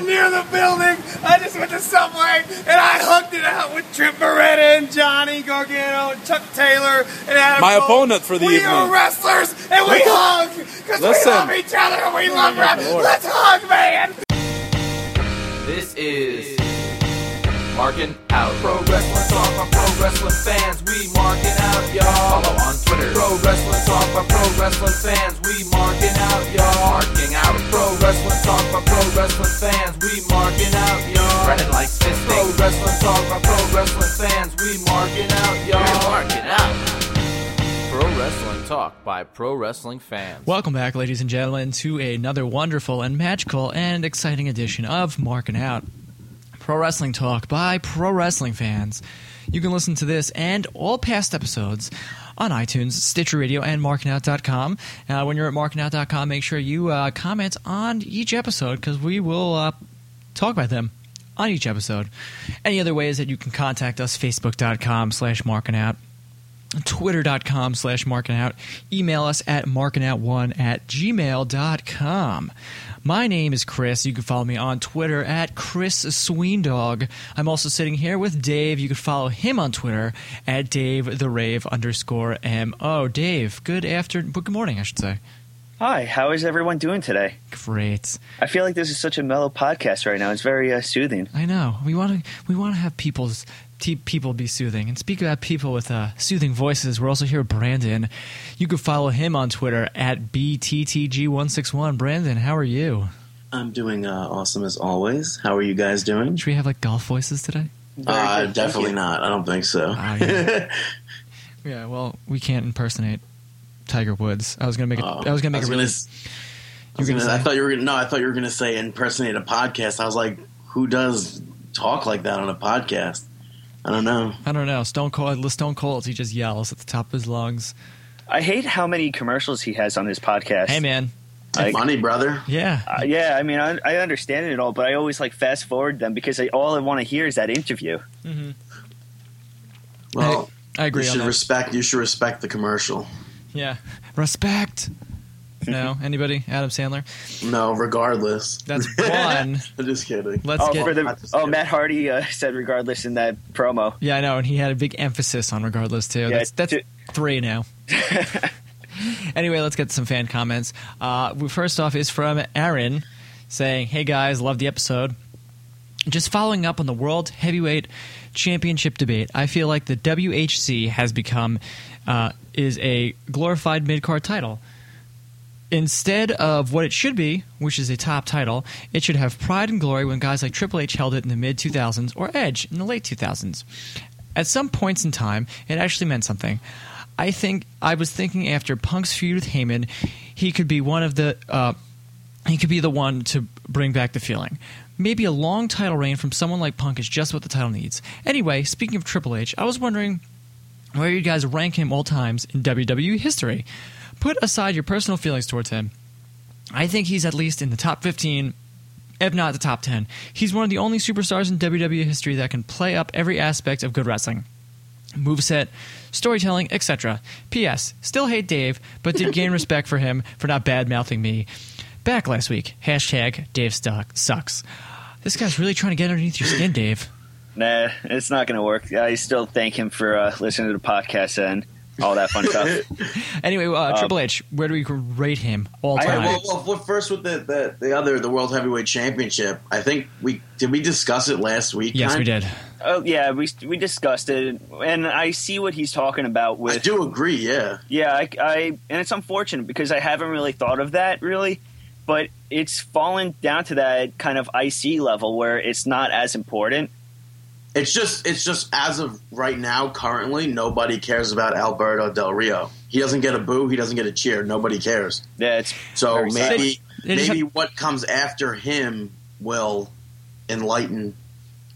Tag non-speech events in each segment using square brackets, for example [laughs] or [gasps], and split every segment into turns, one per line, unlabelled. near the building. I just went to Subway and I hooked it out with Trip Beretta and Johnny Gargano and Chuck Taylor and Adam.
My
Cole.
opponent for the
we
evening.
are wrestlers and we hug because we
Listen. Oh,
love each other and we love rap.
Lord.
Let's hug, man.
This is Marking Out. Pro Wrestling Talk by Pro Wrestling Fans. We marking out, y'all. Follow on Twitter. Pro Wrestling Talk by Pro Wrestling Fans. We marking out, y'all. Marking out. Pro Wrestling Talk by Pro Wrestling Fans. We marking out, y'all. Running like fisting. Pro Wrestling Talk by Pro Wrestling Fans. We marking out, y'all. We're
Oh,
marking out. Pro Wrestling Talk by Pro Wrestling Fans.
Welcome back, ladies and gentlemen, to another wonderful and magical and exciting edition of Marking Out Pro Wrestling Talk by Pro Wrestling Fans. You can listen to this and all past episodes on iTunes, Stitcher Radio, and MarkingOut.com. Uh, when you're at MarkingOut.com, make sure you uh, comment on each episode because we will uh, talk about them on each episode. Any other ways that you can contact us, Facebook.com slash MarkingOut twitter.com slash marking out email us at markingout1 at gmail.com my name is chris you can follow me on twitter at chris sweendog i'm also sitting here with dave you can follow him on twitter at dave the rave underscore mo dave good after but good morning i should say
Hi, how is everyone doing today?
great
I feel like this is such a mellow podcast right now. It's very uh, soothing.
i know we want to we want to have people's te- people be soothing and speak about people with uh, soothing voices we're also here with brandon you can follow him on twitter at bttg161 brandon how are you
I'm doing uh, awesome as always. How are you guys doing?
should we have like golf voices
[laughs]
today
Uh, definitely not. I don't think so.
Ah, yeah. yeah well we can't impersonate tiger woods i was gonna make a,
Oh,
I was gonna make a
gonna
really
s- I, was
You were
gonna,
gonna
I
say?
thought you were gonna. No, I thought you were gonna say impersonate a podcast. I was like, who does talk like that on a podcast? I don't know.
i don't know stone cold uh, stone cold he just yells at the top of his lungs
I hate how many commercials he has on his podcast.
hey man
Like,
Money, brother.
yeah
uh, yeah, I mean, I, I understand it all, but I always like fast forward them because I, all I want to hear is that interview.
Well,
i agree
you
on
should
that.
respect. You should respect the commercial.
yeah respect no
[laughs]
anybody adam sandler
No, regardless. [laughs]
that's one
I'm just kidding.
let's
Oh,
get
for
I
the,
just
oh,
get-
Matt Hardy uh, [laughs] said regardless in that promo.
Yeah, I know, and he had a big emphasis on regardless too. that's that's
t-
three now. anyway, let's get some fan comments. Uh, we- first off is from Aaron saying, "Hey guys, love the episode. Just following up on the World Heavyweight Championship debate, I feel like the WHC has become uh, is a glorified mid card title." Instead of what it should be, which is a top title, it should have pride and glory when guys like Triple H held it in the mid 2000s or Edge in the late 2000s. At some points in time, it actually meant something. I think I was thinking after Punk's feud with Heyman, he could be one of the uh, he could be the one to bring back the feeling. Maybe a long title reign from someone like Punk is just what the title needs. Anyway, speaking of Triple H, I was wondering where you guys rank him all times in WWE history. Put aside your personal feelings towards him. I think he's at least in the top 15, if not the top 10. He's one of the only superstars in WWE history that can play up every aspect of good wrestling. Moveset, storytelling, etc. P.S. Still hate Dave, but did gain respect for him for not bad mouthing me back last week. Hashtag Dave Stock sucks. This guy's really trying to get underneath your skin, Dave.
Nah, it's not going to work. I still thank him for uh, listening to the podcast and all that fun stuff.
Anyway, uh, Triple H, where do we rate him all
I-
time?
All right, well, well, well, first with the, the the other the World Heavyweight Championship. I think we did we discuss it last week.
yes, we
kinda?
did.
oh, yeah, we, we discussed it, and I see what he's talking about with.
I do agree. Yeah.
Yeah, I, I- and it's unfortunate because I haven't really thought of that really, but it's fallen down to that kind of IC level where it's not as important.
It's just it's just as of right now, currently, nobody cares about Alberto Del Rio. He doesn't get a boo, he doesn't get a cheer, nobody cares.
Yeah, it's
So
Very sad.
maybe
They- they just
maybe what comes after him will enlighten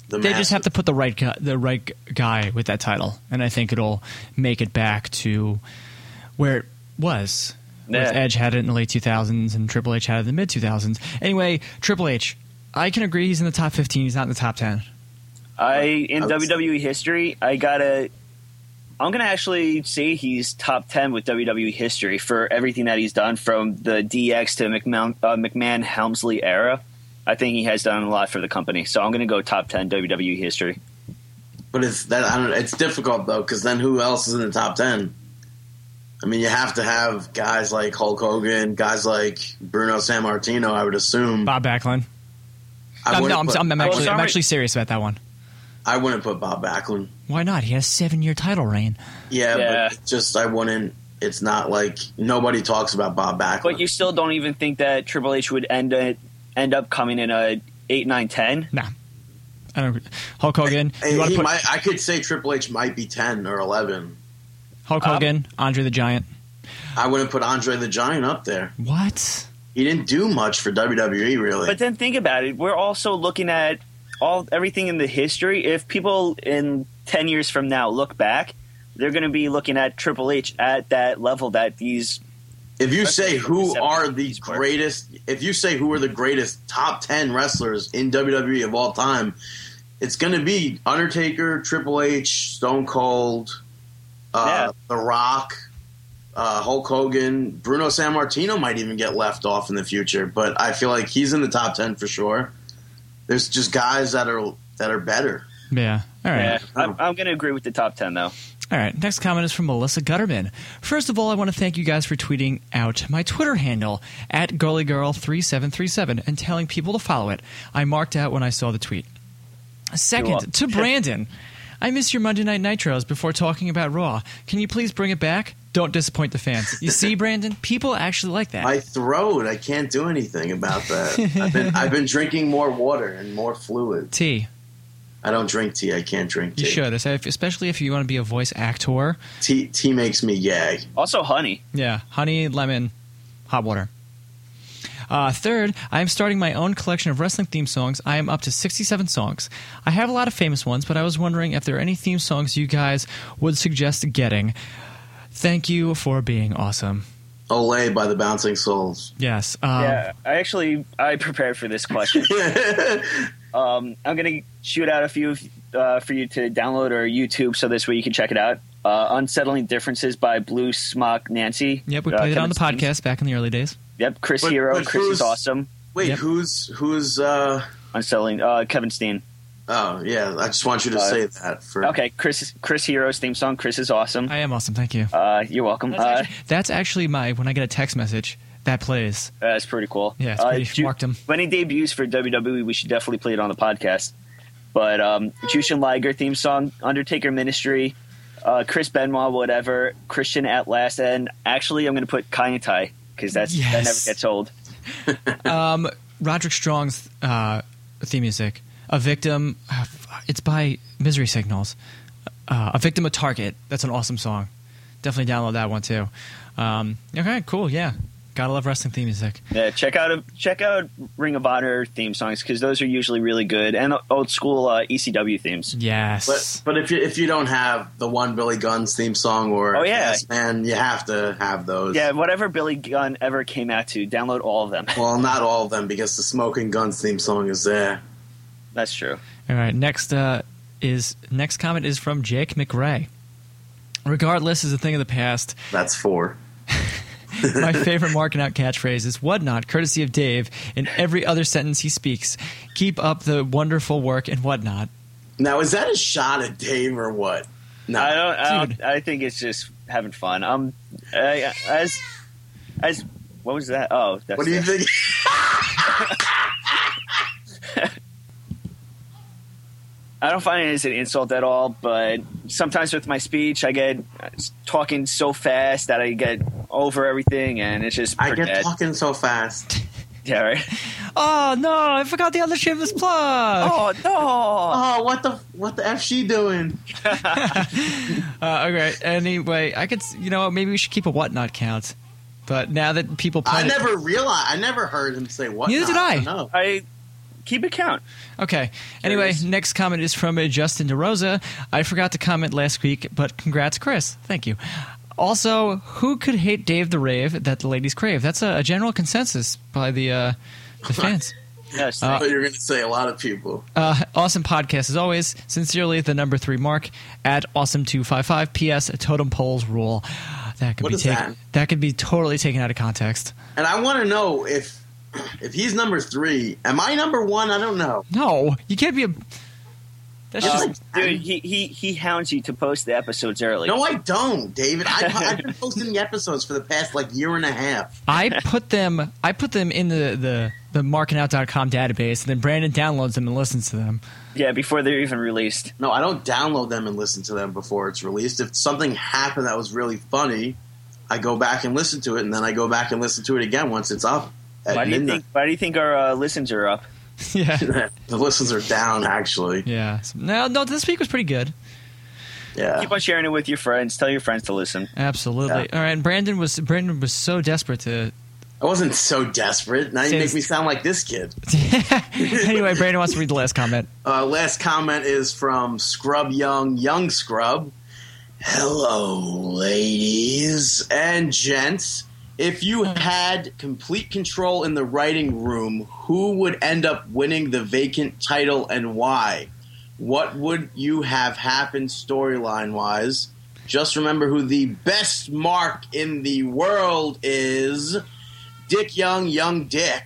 the
They
masses.
just have to put the right guy, the right guy with that title, and I think it'll make it back to where it was.
Yeah.
With Edge had it in the late 2000s, and Triple H had it in the mid 2000s. Anyway, Triple H, I can agree he's in the top 15. He's not in the top 10.
I in
I would-
WWE history, I gotta. I'm gonna actually say he's top ten with E WWE history for everything that he's done from the DX to McMahon, uh, McMahon Helmsley era. I think he has done a lot for the company. So I'm going to go top ten WWE history.
But it's that I don't. know, It's difficult though, because then who else is in the top ten? I mean, you have to have guys like Hulk Hogan, guys like Bruno Sammartino. I would assume.
Bob Backlund.
I
I'm,
wouldn't
Um, no, I'm, I'm,
put,
I'm
Oh,
actually, I'm
sorry.
actually serious about that one.
I wouldn't put Bob Backlund.
Why not? He has seven year title reign.
Yeah,
Yeah.
but it's just I wouldn't. It's not like nobody talks about Bob Backlund.
But you still don't even think that Triple H would end it, end up coming in a eight, nine, ten.
Nah. I don't agree. Hulk Hogan.
And
you want
Eh, he
to put
might, I could say Triple H might be ten or eleven.
Hulk
um,
Hogan, Andre the Giant.
I wouldn't put Andre the Giant up there.
What?
He didn't do much for WWE, really.
But then think about it. We're also looking at all everything in the history. If people in ten years from now look back, they're going to be looking at Triple H at that level that these
if you say who
Wrestling
are
from the
the
70s were-
greatest, if you say who are the greatest top ten wrestlers in WWE of all time, it's going to be Undertaker, Triple H, Stone Cold, uh,
Yeah.
The Rock, uh, Hulk Hogan, Bruno Sammartino might even get left off in the future. But I feel like he's in the top ten for sure. There's just guys that are that are better.
Yeah. All right.
Yeah, I'm, I'm going to agree with the top 10, though.
All right, next comment is from Melissa Gutterman. First of all, I want to thank you guys for tweeting out my Twitter handle at girlygirl3737 and telling people to follow it. I marked out when I saw the tweet.
welcome.
Second, to Brandon, I miss your Monday Night Nitros before talking about Raw. Can you please bring it back? Don't disappoint the fans. You see, Brandon, people actually like that.
My throat, I can't do anything about that. I've been I've been drinking more water and more fluid.
T,
I don't drink tea. I can't drink tea.
you should, especially if you want to be a voice actor.
Tea, tea makes me gag.
Also, honey.
Yeah, honey, lemon, hot water. Uh, third, I am starting my own collection of wrestling theme songs. I am up to 67 songs. I have a lot of famous ones, but I was wondering if there are any theme songs you guys would suggest getting. Thank you for being awesome.
Olay by the Bouncing Souls. [laughs]
Yes. Um,
yeah, I actually I prepared for this question. um, I'm going to shoot out a few uh, for you to download or YouTube, so this way you can check it out. Uh, Unsettling Differences by Blue Smock Nancy.
Yep, we
Uh,
played it
Kevin
on the
Steens.
podcast back in the early days.
Yep, Chris
But-
Hero.
but
Chris
who's-
is awesome.
Wait,
Yep.
who's who's? uh
Unsettling uh, Kevin Steen.
Oh yeah, I just want you to
Uh,
say that for.
Okay, Chris Chris Hero's theme song. Chris is awesome.
I am awesome. Thank you.
Uh, you're welcome.
That's,
Uh,
actually, that's actually my, when I get a text message, that plays.
Uh, That's pretty cool. Uh,
Yeah, it's pretty- marked him.
When he debuts for WWE, we should definitely play it on the podcast. But um, Jushin Liger theme song, Undertaker Ministry, uh, Chris Benoit, whatever, Christian at last, and actually I'm going to put Kainetai because that's that never
Yes.
gets old.
Roderick Strong's uh, theme music, "A Victim," uh, it's by Misery Signals. Uh, "A Victim of Target." That's an awesome song. Definitely download that one too. Um, okay, cool. Yeah, gotta love wrestling theme music.
Yeah, check out check out Ring of Honor theme songs because those are usually really good and old school uh, ECW themes.
But,
Yes.
but if you if you don't have the one Billy Gunn's theme song or
Oh, yeah.
man, you have to have
Mm.
those.
Yeah, whatever Billy Gunn ever came out to, download all of them. [laughs]
Well, not all of them because the Smoking Guns theme song is there.
That's true.
All right. Next uh, is next comment is from Jake McRae. Regardless is a thing of the past.
That's four.
My favorite marking out catchphrase is whatnot, courtesy of Dave, in every other sentence he speaks. Keep up the wonderful work and whatnot.
Now is that a shot at Dave or what? No,
I don't. I,
Dude.
don't I think it's just having fun. Um, I, as as what was that? Oh, that's
What do you
it.
think? [laughs]
I don't find it as an insult at all. But sometimes with my speech, I get uh, talking so fast that I get over everything, and it's just
I get
forget-
talking so fast.
Yeah, right.
Oh no, I forgot the other shameless plug.
Oh no!
Oh, what the what the f she doing?
[laughs] Uh, okay. Anyway, I could, s- you know, maybe we should keep a whatnot count. But now that people,
I
point it-
never realized. I never heard him say what.
Neither did I.
No.
I keep it count.
Okay. Anyway,
Curious.
next comment is from uh, Justin DeRosa. I forgot to comment last week, but congrats, Chris. Thank you. Also, who could hate Dave the Rave that the ladies crave? That's a, a general consensus by the uh, the fans.
Yes.
But you're going to say a lot of people.
Uh, awesome podcast as always. Sincerely, the number three mark at awesome two five five. P.S. Totem poles rule. That could
What
be
is
taken.
that?
could be totally taken out of context.
And I want to know if If he's number three, am I number one? I don't know.
No, you can't be a. That's
Uh,
just
dude, he, he he hounds you to post the episodes early.
No, I don't, David. I, I've been posting the episodes for the past like year and a half.
I put them I put them in the the the markingout.com database and then Brandon downloads them and listens to them. [laughs]
Yeah, before they're even released.
No, I don't download them and listen to them before it's released. If something happened that was really funny, I go back and listen to it, and then I go back and listen to it again once it's up at
Why do you
midnight.
think? Why do you think our uh, listens are up?
yeah.
[laughs] the listens are down, actually.
Yeah. So- No, no, this week was pretty good.
Yeah.
Keep on sharing it with your friends. Tell your friends to listen.
Absolutely. All right, and Brandon was Brandon was so desperate to [laughs]
I wasn't so desperate. Now you
Since-
make me sound like this kid.
Anyway, Brandon wants to read the last comment.
Uh, last comment is from Scrub Young, Young Scrub. Hello, ladies and gents. If you had complete control in the writing room, who would end up winning the vacant title and why? What would you have happened storyline wise? Just remember who the best mark in the world is Dick Young, Young Dick.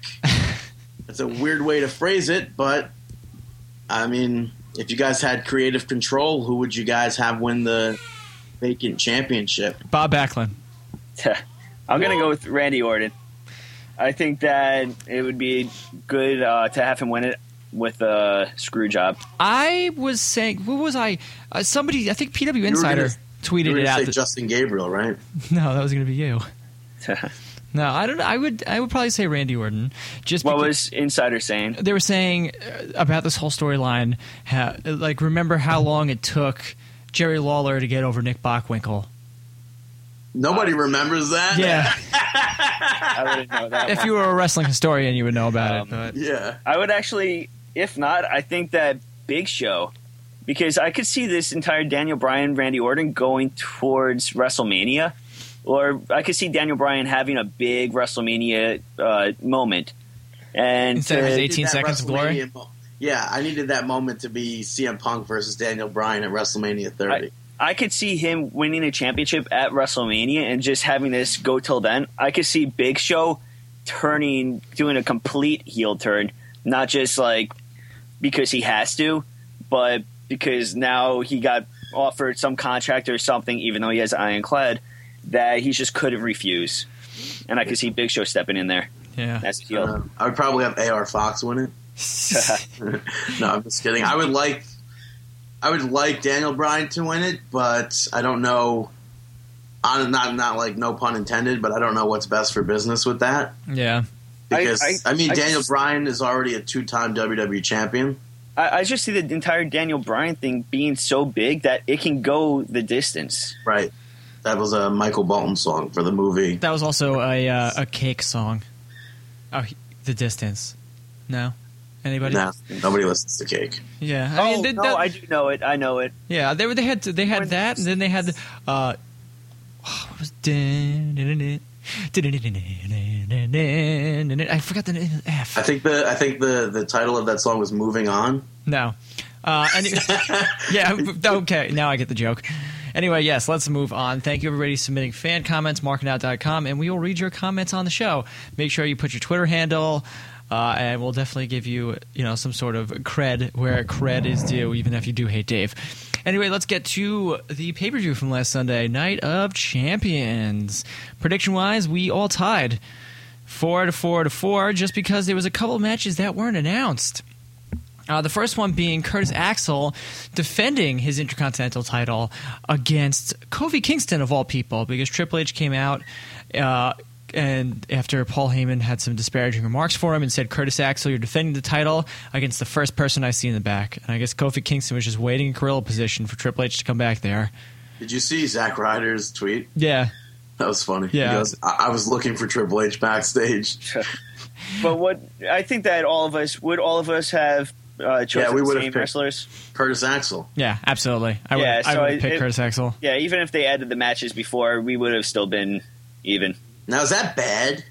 That's a weird way to phrase it, but I mean, if you guys had creative control, who would you guys have win the vacant championship?
Bob Backlund.
[laughs] I'm gonna go with Randy Orton. I think that it would be good uh, to have him win it with a screw job. [laughs]
I was saying what was I uh, somebody I think PW Insider
gonna- You
tweeted
were
it
gonna
out.
say
that-
Justin Gabriel, right?
[laughs] no, that was going to be you. No, I don't I would I would probably say Randy Orton just
what
because-
was Insider
[laughs]
saying?
they were saying uh, about this whole storyline, ha- like remember how long it took Jerry Lawler to get over Nick Bockwinkel.
Nobody remembers that.
Yeah,
I wouldn't know that.
if
one.
you were a wrestling historian, you would know about
Um,
it. But
Yeah.
I would actually, if not, I think that Big Show, because I could see this entire Daniel Bryan, Randy Orton going towards WrestleMania, or I could see Daniel Bryan having a big WrestleMania uh, moment. And
Instead of
to-
his
I
18
needed that
seconds of glory?
WrestleMania mo- Yeah, I needed that moment to be CM Punk versus Daniel Bryan at WrestleMania 30.
I could see him winning a championship at WrestleMania and just having this go till then. I could see Big Show turning, doing a complete heel turn, not just like because he has to, but because now he got offered some contract or something, even though he has ironclad, that he just couldn't refuse. And I could see Big Show stepping in there
yeah,
as a heel.
Uh, I would probably have AR Fox win it.
Uh,
No, I'm just kidding. I would like, I would like Daniel Bryan to win it, but I don't know. I'm not not like no pun intended, but I don't know what's best for business with that.
yeah.
I-
Because I,
I-
mean,
I
Daniel
just-
Bryan is already a two-time WWE champion.
[laughs] I, I just see the entire Daniel Bryan thing being so big that it can go the distance.
Right. That was a Michael Bolton song for the movie.
That was also a uh, a cake song. Oh, he- the distance. No, anybody?
Nah, nobody listens to Cake.
Yeah. I
Oh,
mean, they-
no,
that-
I do know it. I know it.
Yeah, they were. They had they had that, and then they had. Uh, what was I forgot the name. Ah,
I think the I think the the title of that song was "Moving On."
No. Uh, any- yeah. [laughs] Okay. Now I get the joke. Anyway, yes, let's move on. Thank you, everybody, submitting fan comments, markingout.com, and we will read your comments on the show. Make sure you put your Twitter handle, uh, and we'll definitely give you, you know, some sort of cred where cred is due, even if you do hate Dave. Anyway, let's get to the pay per view from last Sunday, Night of Champions. Prediction wise, we all tied four to four to four, just because there was a couple matches that weren't announced. Uh, the first one being Curtis Axel defending his Intercontinental title against Kofi Kingston of all people, because Triple H came out uh, and after Paul Heyman had some disparaging remarks for him and said, "Curtis Axel, you're defending the title against the first person I see in the back." And I guess Kofi Kingston was just waiting in gorilla position for Triple H to come back there.
Did you see Zack Ryder's tweet?
Yeah,
That was funny.
Yeah.
He goes, I, I was looking for Triple H backstage.
But what I think that all of us would all of us have uh, chosen
Yeah, we
the
would've
same
picked-
wrestlers.
Curtis Axel.
yeah, absolutely. I would,
Yeah,
I
so
would
it-
pick
it-
Curtis Axel.
Yeah, even if they added the matches before, we would have still been even.
Now is that bad?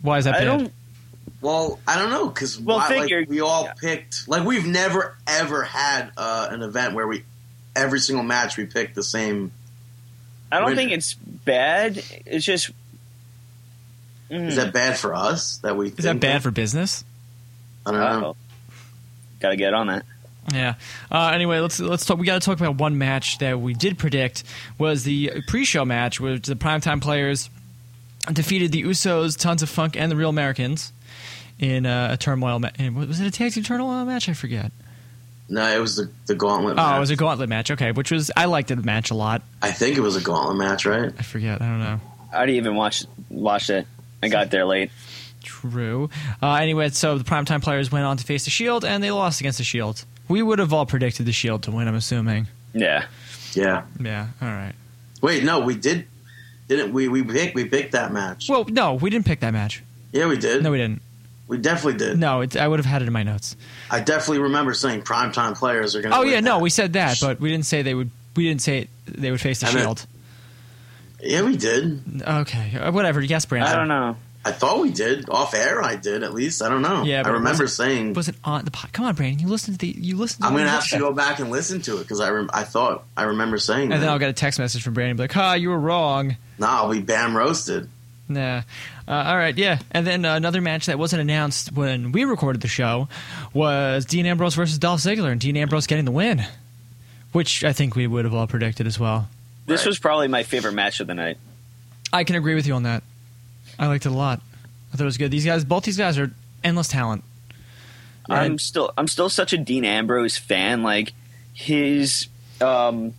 Why is that?
I
bad?
don't.
Well, I don't know because
Well, figure-
like, we all
yeah.
picked like we've never ever had uh, an event where we every single match we picked the same.
I don't
Wait.
think it's bad. It's just
Is that bad for us? That we
Is that bad for business?
I don't know.
Oh. Gotta get on that.
Yeah. Uh, anyway, let's let's talk. We got to talk about one match that we did predict was the pre-show match, which the primetime players defeated the Usos, Tons of Funk, and the Real Americans in uh, a turmoil. Ma- in- was it a tag team turmoil match? I forget.
No, it was the, the gauntlet.
Oh,
match.
it was a gauntlet match. Okay, which was I liked the match a lot.
I think it was a gauntlet match, right?
I forget. I don't know.
I didn't even watch watch it. I got there late.
True. Uh, anyway, so the primetime players went on to face the Shield, and they lost against the Shield. We would have all predicted the Shield to win. I'm assuming.
Yeah.
Yeah.
Yeah. All right.
Wait, no, we did. Didn't we? We picked. We picked that match.
Well, no, we didn't pick that match.
yeah, we did.
No, we didn't.
we definitely did.
No, it, I would have had it in my notes.
I definitely remember saying primetime players are going. to
Oh yeah, no, we said that, but we didn't say they would. We didn't say they would face the
I meant-
Shield.
Yeah, we did.
Okay, uh, whatever. Yes, Brandon.
I don't know.
I thought we did. Off air, I did at least. I don't know.
Yeah, but
I
it
remember
wasn't-
saying.
Was it on the pod? Come on, Brandon. You listened to the. You listened. To
I'm
what
going to
we
have
[laughs]
to
said.
go back and listen to it because I rem- I thought I remember saying
And
that.
then I'll get a text message from Brandon, be like, "Ha, you were wrong."
nah, we bam roasted.
Nah. Uh, all right, yeah. And then uh, another match that wasn't announced when we recorded the show was Dean Ambrose versus Dolph Ziggler, and Dean Ambrose getting the win, which I think we would have all predicted as well.
This
Right.
was probably my favorite match of the night.
I can agree with you on that. I liked it a lot. I thought it was good. These guys, both these guys, are endless talent.
I'm still I'm still such a Dean Ambrose fan. Like his um,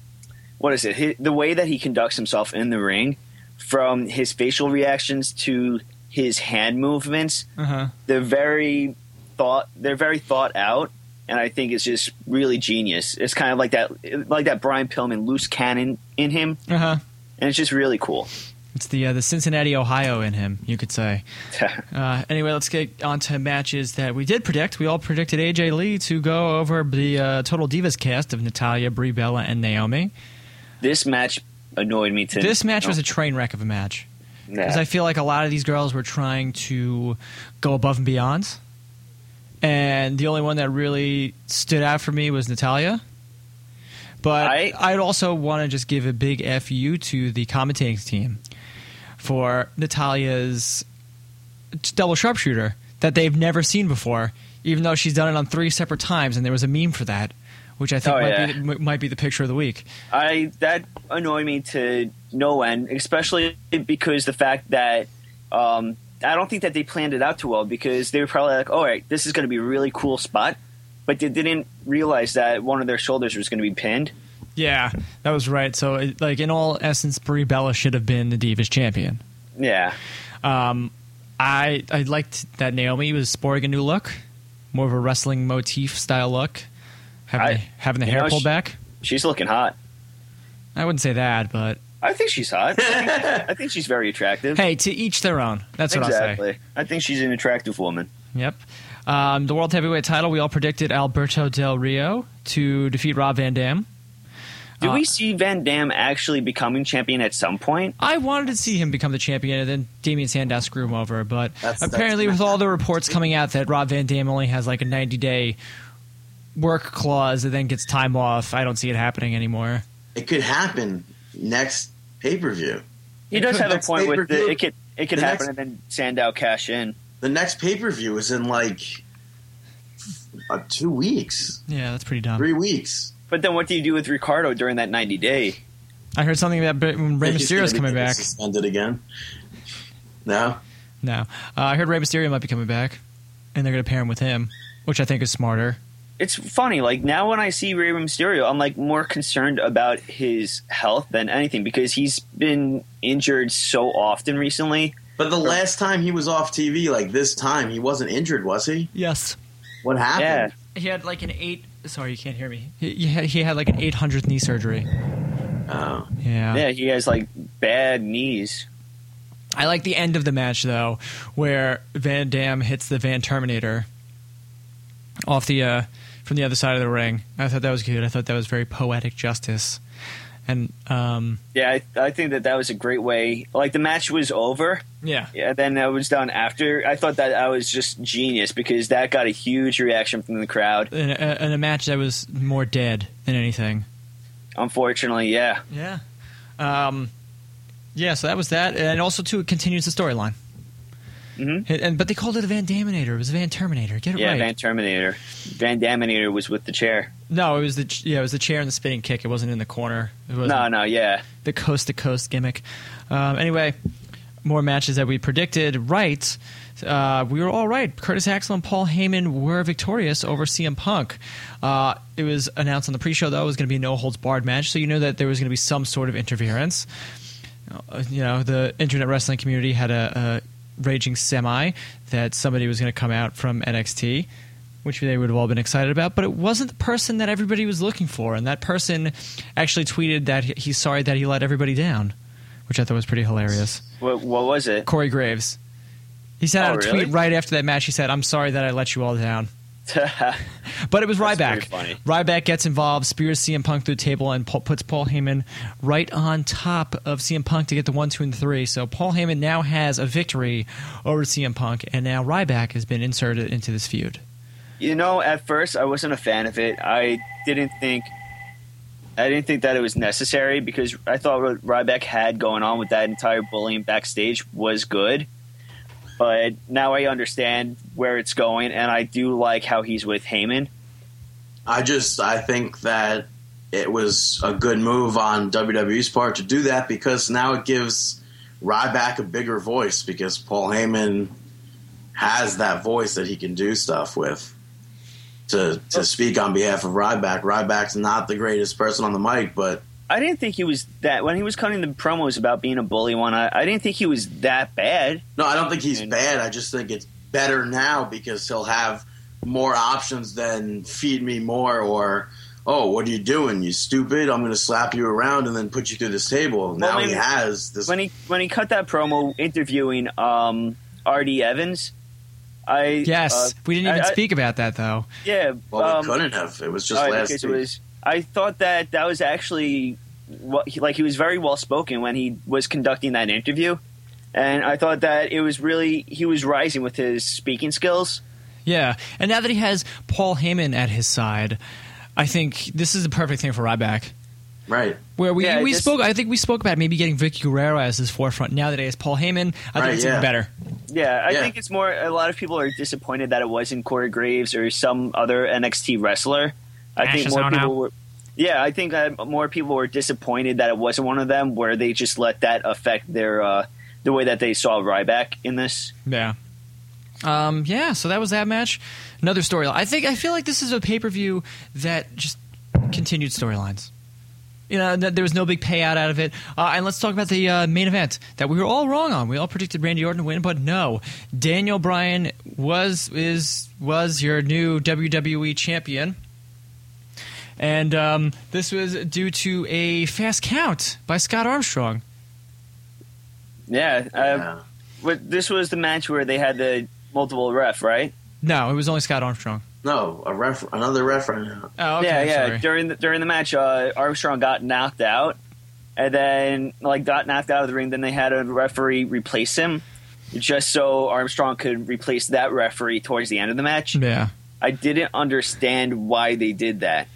what is it? His, the way that he conducts himself in the ring, from his facial reactions to his hand movements,
Uh huh.
they're very thought they're very thought out, and I think it's just really genius. It's kind of like that like that Brian Pillman loose cannon in him,
Uh huh.
and it's just really cool.
It's the uh, the Cincinnati Ohio in him, you could say. Uh, anyway, let's get on to matches that we did predict. We all predicted AJ Lee to go over the uh, Total Divas cast of Natalia, Brie Bella, and Naomi.
this match annoyed me too.
This match was a train wreck of a match because I feel like a lot of these girls were trying to go above and beyond, and the only one that really stood out for me was Natalia. But
I-
I'd also want to just give a big fu to the commentating team for Natalia's double sharpshooter that they've never seen before, even though she's done it on three separate times, and there was a meme for that, which I think
Oh,
might,
yeah.
be, m- might be the picture of the week.
I that annoyed me to no end, especially because the fact that um, I don't think that they planned it out too well because they were probably like, "All right, this is going to be a really cool spot," but they didn't realize that one of their shoulders was going to be pinned.
Yeah, that was right. So, it, like in all essence, Brie Bella should have been the Divas champion.
Yeah,
Um, I I liked that Naomi was sporting a new look, more of a wrestling motif style look, having
I-
the, having the
you
hair
know,
pulled
she-
back.
she's looking hot.
I wouldn't say that, but
I think she's hot. I think, I think she's very attractive.
hey, to each their own. That's what I'll say.
exactly. I think she's an attractive woman.
Yep. Um, the world heavyweight title. We all predicted Alberto Del Rio to defeat Rob Van Dam.
Do
Uh,
we see Van Dam actually becoming champion at some point?
I wanted to see him become the champion, and then Damian Sandow screw him over. But
That's- that's-
apparently, with all the reports coming out that Rob Van Dam only has like a 90 day work clause and then gets time off, I don't see it happening anymore.
It could happen next pay per view.
He does have a
next
point with
pay-per-view-
the, it. Could it could
the
happen
next-
and then Sandow cash in?
The next pay per view is in like uh, two weeks,
Yeah, that's pretty dumb.
three weeks.
But then what do you do with Ricardo during that 90 day?
I heard something about Br- when Rey
He's gonna
Mysterio's
be
coming
getting
back.
Suspended again. No.
No, uh, I heard Rey Mysterio might be coming back, and they're going to pair him with him, which I think is smarter.
It's funny, like now when I see Rey Mysterio, I'm like more concerned about his health than anything because he's been injured so often recently.
But the last time he was off TV, like this time, he wasn't injured, was he?
Yes,
What
Yeah.
happened?
he had like an eight. Sorry, you can't hear me. He, he had, he had like an 800th knee surgery.
Oh.
Yeah.
Yeah, he has like bad knees.
I like the end of the match though, where Van Dam hits the Van Terminator off the uh, from the other side of the ring. I thought that was good. I thought that was very poetic justice. And um,
Yeah, I, I think that that was a great way. Like the match was over,
yeah,
yeah, then I was done after. I thought that I was just genius because that got a huge reaction from the crowd.
in a, in a match that was more dead than anything.
Unfortunately, yeah.
Yeah. Um, yeah. So that was that, and also too, it continues the storyline.
Mhm.
And, but they called it a Van Daminator. It was a Van Terminator. Get it
Yeah,
right.
Van Terminator. Van Daminator was with the chair.
no, it was the ch- yeah, it was the chair and the spinning kick. It wasn't in the corner. It wasn't
No, no, yeah.
the coast to coast gimmick. Um, anyway, more matches that we predicted right. Uh, we were all right. Curtis Axel and Paul Heyman were victorious over CM Punk. Uh, it was announced on the pre-show though it was going to be a no holds barred match, so you know that there was going to be some sort of interference. Uh, You know, the internet wrestling community had a, a raging semi that somebody was going to come out from NXT, which they would have all been excited about, but it wasn't the person that everybody was looking for, and that person actually tweeted that he- he's sorry that he let everybody down, which I thought was pretty hilarious.
What, what was it? [laughs]
Corey Graves. He sent
Oh,
out a
really?
tweet right after that match. He said, "I'm sorry that I let you all down," but it was
That's
Ryback.
pretty funny.
Ryback gets involved, spears CM Punk through the table, and pu- puts Paul Heyman right on top of CM Punk to get the one, two, and three. So Paul Heyman now has a victory over CM Punk, and now Ryback has been inserted into this feud.
You know, at first I wasn't a fan of it. I didn't think I didn't think that it was necessary because I thought what Ryback had going on with that entire bullying backstage was good. But now I understand where it's going, and I do like how he's with Heyman.
I just I think that it was a good move on WWE's part to do that because now it gives Ryback a bigger voice because Paul Heyman has that voice that he can do stuff with to to speak on behalf of Ryback. Ryback's not the greatest person on the mic, but
I didn't think he was that when he was cutting the promos about being a bully one. I, I didn't think he was that bad.
No, I don't think he's
And-
bad. I just think it's better now because he'll have more options than feed me more or oh, what are you doing? You stupid! I'm going to slap you around and then put you through this table. Now
when-
he has this.
when he when he cut that promo interviewing um R.D. Evans. I
Yes,
uh,
we didn't
I-
even
I-
speak about that though.
yeah.
well,
um, oh,
we couldn't have. It was just
All right,
last
because
week.
it was. I thought that that was actually what he, like he was very well spoken when he was conducting that interview, and I thought that it was really he was rising with his speaking skills.
Yeah, and now that he has Paul Heyman at his side, I think this is the perfect thing for Ryback.
right.
Where we,
Yeah,
we
just-
spoke, I think we spoke about maybe getting Vicky Guerrero as his forefront. Now that he has Paul Heyman, I
Right,
think it's
yeah.
even better.
Yeah, I
Yeah.
think it's more. A lot of people are disappointed that it wasn't Corey Graves or some other NXT wrestler. I
Ashes
think more
on out.
people were. Yeah, I think uh, more people were disappointed that it wasn't one of them, where they just let that affect their uh, the way that they saw Ryback in this.
Yeah. Um, yeah, so that was that match. Another storyline. I think I feel like this is a pay per view that just continued storylines. You know, th- there was no big payout out of it. Uh, and let's talk about the uh, main event that we were all wrong on. We all predicted Randy Orton to win, but no, Daniel Bryan was is was your new WWE champion. And um, this was due to a fast count by Scott Armstrong.
Yeah, uh,
yeah.
but this was the match where they had the multiple ref, right?
No, it was only Scott Armstrong.
No, a ref. Another ref.
Oh, okay,
yeah,
I'm
yeah.
sorry.
During the during the match, uh, Armstrong got knocked out, and then like got knocked out of the ring. Then they had a referee replace him, just so Armstrong could replace that referee towards the end of the match.
Yeah.
I didn't understand why they did that.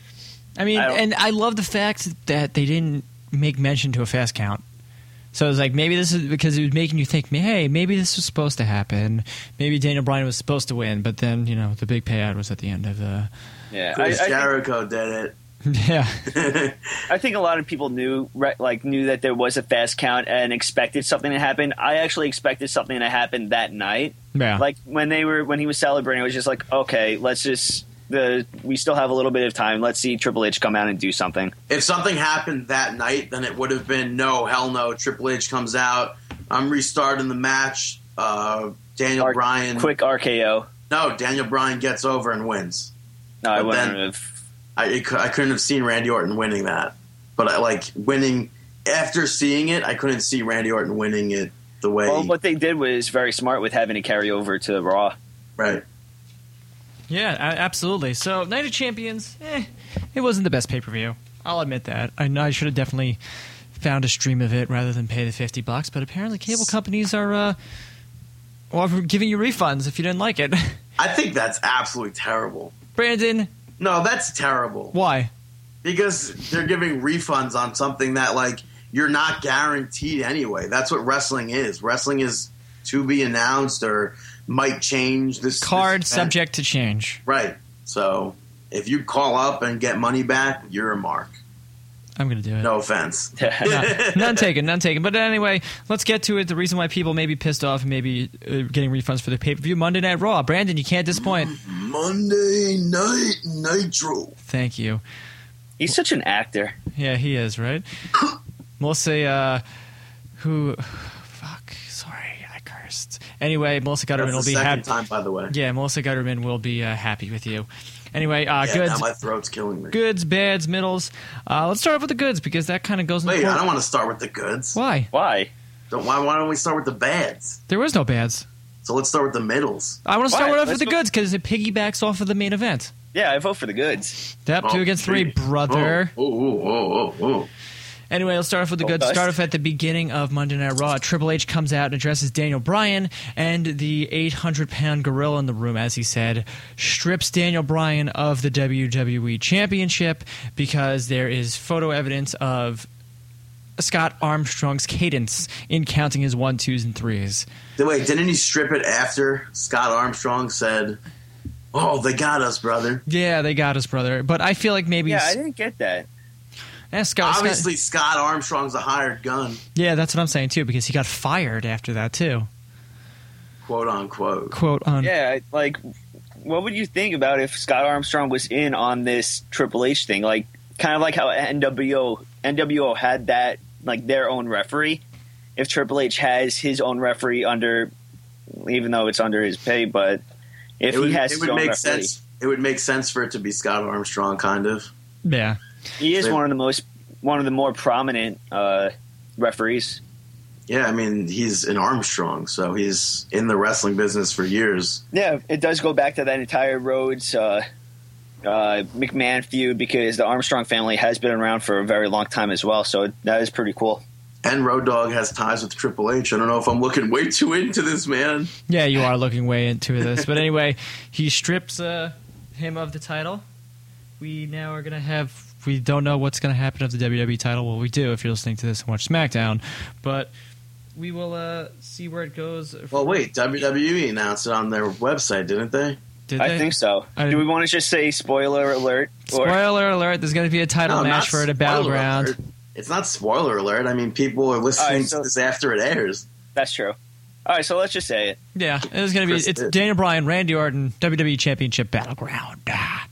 I mean,
I don't-
and I love the fact that they didn't make mention to a fast count. So it was like maybe this is because it was making you think, hey, maybe this was supposed to happen. Maybe Daniel Bryan was supposed to win, but then you know the big payout was at the end of the [laughs]
Yeah, I, I,
Chris
think,
Jericho did
yeah.
it. [laughs]
I think a lot of people knew re- like knew that there was a fast count and expected something to happen. I actually expected something to happen that night.
yeah,
like when they were when he was celebrating, it was just like, okay, let's just the we still have a little bit of time. Let's see Triple H come out and do something.
if something happened that night, then it would have been no, hell no. Triple H comes out. I'm restarting the match. Uh, Daniel
Ar-
Bryan.
Quick RKO.
No, Daniel Bryan gets over and wins.
No, I
But
wouldn't
then-
have.
I, it cou- I couldn't have seen Randy Orton winning that, but I, like winning after seeing it, I couldn't see Randy Orton winning it the way
Well, what they did was very smart with having to carry over to Raw.
right.
yeah, a- absolutely. So Night of Champions, eh, it wasn't the best pay per view. I'll admit that. I know I should have definitely found a stream of it rather than pay the fifty bucks. But apparently, cable companies are uh, well, giving you refunds if you didn't like it. [laughs]
I think that's absolutely terrible.
Brandon,
No, that's terrible
why?
because they're giving refunds on something that like you're not guaranteed anyway. That's what wrestling is. Wrestling is to be announced or might change this
Card
this event.
subject to change.
Right. So if you call up and get money back, you're a mark.
I'm gonna do it.
No offense. [laughs]
None- none taken, none taken. But anyway, let's get to it. The reason why people may be pissed off and maybe uh, getting refunds for their pay per view Monday Night Raw. Brandon, you can't
[coughs]
disappoint.
Monday Night Nitro.
Thank you.
He's such an actor.
Yeah, he is
[coughs]
right. Melissa, uh, who, fuck, sorry, I cursed. Anyway, Melissa Gutterman
That's the
will be
second
happy.
time, by the way.
Yeah, Melissa Gutterman will be uh, happy with you. Anyway, uh,
Yeah,
goods,
now my throat's killing me.
goods, bads, middles. Uh, let's start off with the goods because that kind of goes. in the
Wait,
quote.
I don't want to start with the goods.
Why?
Why?
Don't, why, why don't we start with the bads?
There was no bads.
So let's start with the middles.
I want to start
Why?
off with
Let's
the
go-
goods because it piggybacks off of the main event.
Yeah, I vote for the goods.
Yep, two against three,
geez.
brother.
Oh, oh, oh, oh, oh.
Anyway, let's start off with the
Oh,
good.
nice.
Start off at the beginning of Monday Night Raw. Triple H comes out and addresses Daniel Bryan and the 800 pound gorilla in the room, as he said, strips Daniel Bryan of the WWE Championship because there is photo evidence of Scott Armstrong's cadence in counting his one, twos, and threes.
Then Wait, didn't he strip it after Scott Armstrong said, Oh, they got us, brother?
Yeah, they got us, brother. But I feel like maybe
Yeah, I didn't get that.
eh, Scott, Scott-
Obviously, Scott Armstrong's a hired gun,
Yeah, that's what I'm saying too, because he got fired after that too.
quote unquote.
Quote on.
Yeah, like, what would you think about if Scott Armstrong was in on this Triple H thing? Like, kind of like how NWO NWO had that, like their own referee. If Triple H has his own referee under, even though it's under his pay, but if
it would,
he has
it
his
would
own
make
referee,
sense. It would make sense for it to be Scott Armstrong, kind of.
yeah.
he is
They-
one of the most one of the more prominent uh, referees.
Yeah, I mean, he's an Armstrong, so he's in the wrestling business for years.
Yeah, it does go back to that entire Rhodes uh, uh, McMahon feud because the Armstrong family has been around for a very long time as well. So that is pretty cool.
And Road Dog has ties with Triple H. I don't know if I'm looking way too into this, man.
Yeah,
[laughs]
you are looking way into this. But anyway, he strips uh, him of the title. We now are going to have. We don't know what's going to happen of the WWE title. Well, we do if you're listening to this and watch SmackDown. But we will uh, see where it goes.
Well, wait, WWE announced it on their website, didn't they?
Did
I
they?
think so.
I-
Do we want to just say spoiler alert?
Spoiler alert, there's going to be a title
not
match for it
spoiler
at Battleground.
alert. It's not spoiler alert. I mean, people are listening
All right, so-
to this after it airs.
That's true. All right, so let's just say it.
Yeah, it's going to be.
Chris
It's
did.
Daniel Bryan, Randy Orton, WWE Championship Battleground. Ah,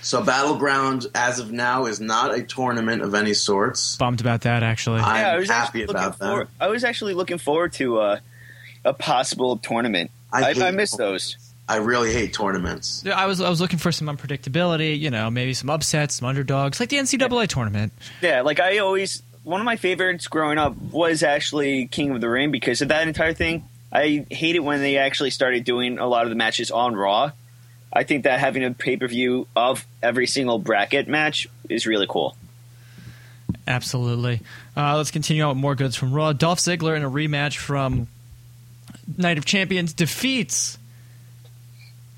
So, Battleground, as of now, is not a tournament of any sorts.
bummed about that, actually.
I'm
yeah, I was
happy
actually
about
looking
that.
forward- I was actually looking forward to uh, a possible tournament. I,
hate-
I, missed those.
I really hate tournaments.
Yeah, I was I was looking for some unpredictability, you know, maybe some upsets, some underdogs, like the NCAA tournament.
Yeah, like I always one of my favorites growing up was actually King of the Ring because of that entire thing. I hate it when they actually started doing a lot of the matches on Raw. I think that having a pay per view of every single bracket match is really cool.
Absolutely. Uh, let's continue on with more goods from Raw. Dolph Ziggler in a rematch from Night of Champions defeats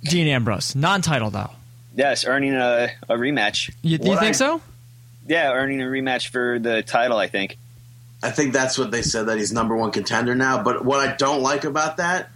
Dean Ambrose, non-title though.
Yes, earning a, a rematch.
You, you
What
think
I-
so?
Yeah, earning a rematch for the title, I think.
I think that's what they said that he's number one contender now. But what I don't like about that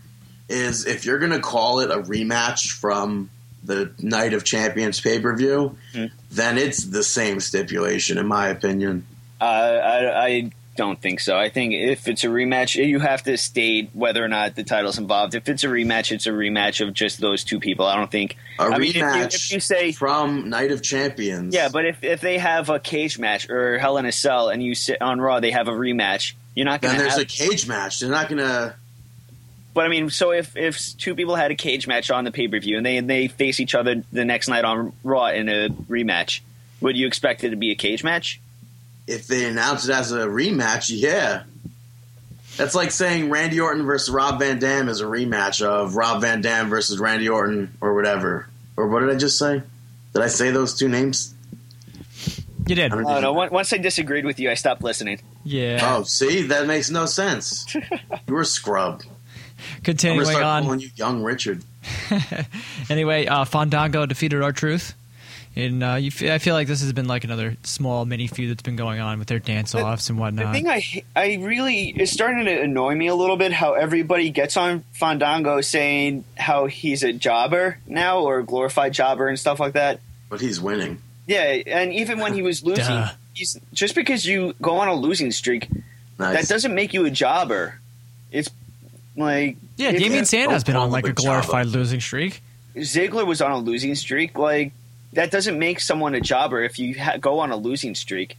is if you're going to call it a rematch from the Night of Champions pay per view,
Mhm.
then it's the same stipulation, in my opinion.
Uh, I, I don't think so. I think if it's a rematch, you have to state whether or not the title's involved. If it's a rematch, it's a rematch of just those two people. I don't think.
A
I mean, if you-
rematch
if you say-
from Night of Champions.
Yeah, but if, if they have a cage match or Hell in a Cell and you sit on Raw, they have a rematch. You're not going
then
to
there's
have.
a cage match. They're not going to.
but I mean, so if, if two people had a cage match on the pay per view and they and they face each other the next night on Raw in a rematch, would you expect it to be a cage match?
If they announce it as a rematch, yeah. That's like saying Randy Orton versus Rob Van Dam is a rematch of Rob Van Dam versus Randy Orton or whatever. Or what did I just say? Did I say those two names?
You did.
I don't
Oh no! on- Once I disagreed with you, I stopped listening.
Yeah.
Oh, see, that makes no sense.
[laughs]
You're a scrub. Oh. I'm gonna
Continuing
start
on. [laughs]
calling you Young Richard.
Anyway, uh, Fandango defeated our Truth And uh, you fe I feel like this has been like another small mini feud that's been going on with their dance offs and whatnot.
The thing I I really it's starting to annoy me a little bit how everybody gets on Fandango saying how he's a jobber now or a glorified jobber and stuff like that.
But he's winning.
Yeah, and even when he was losing,
Duh.
he's, just because you go on a losing streak, that
Nice.
doesn't make you a jobber. It's like
yeah,
if-
Damien Sandows been on like a
Java.
glorified losing streak.
Ziggler was on a losing streak. Like that doesn't make someone a jobber if you ha- go on a losing streak.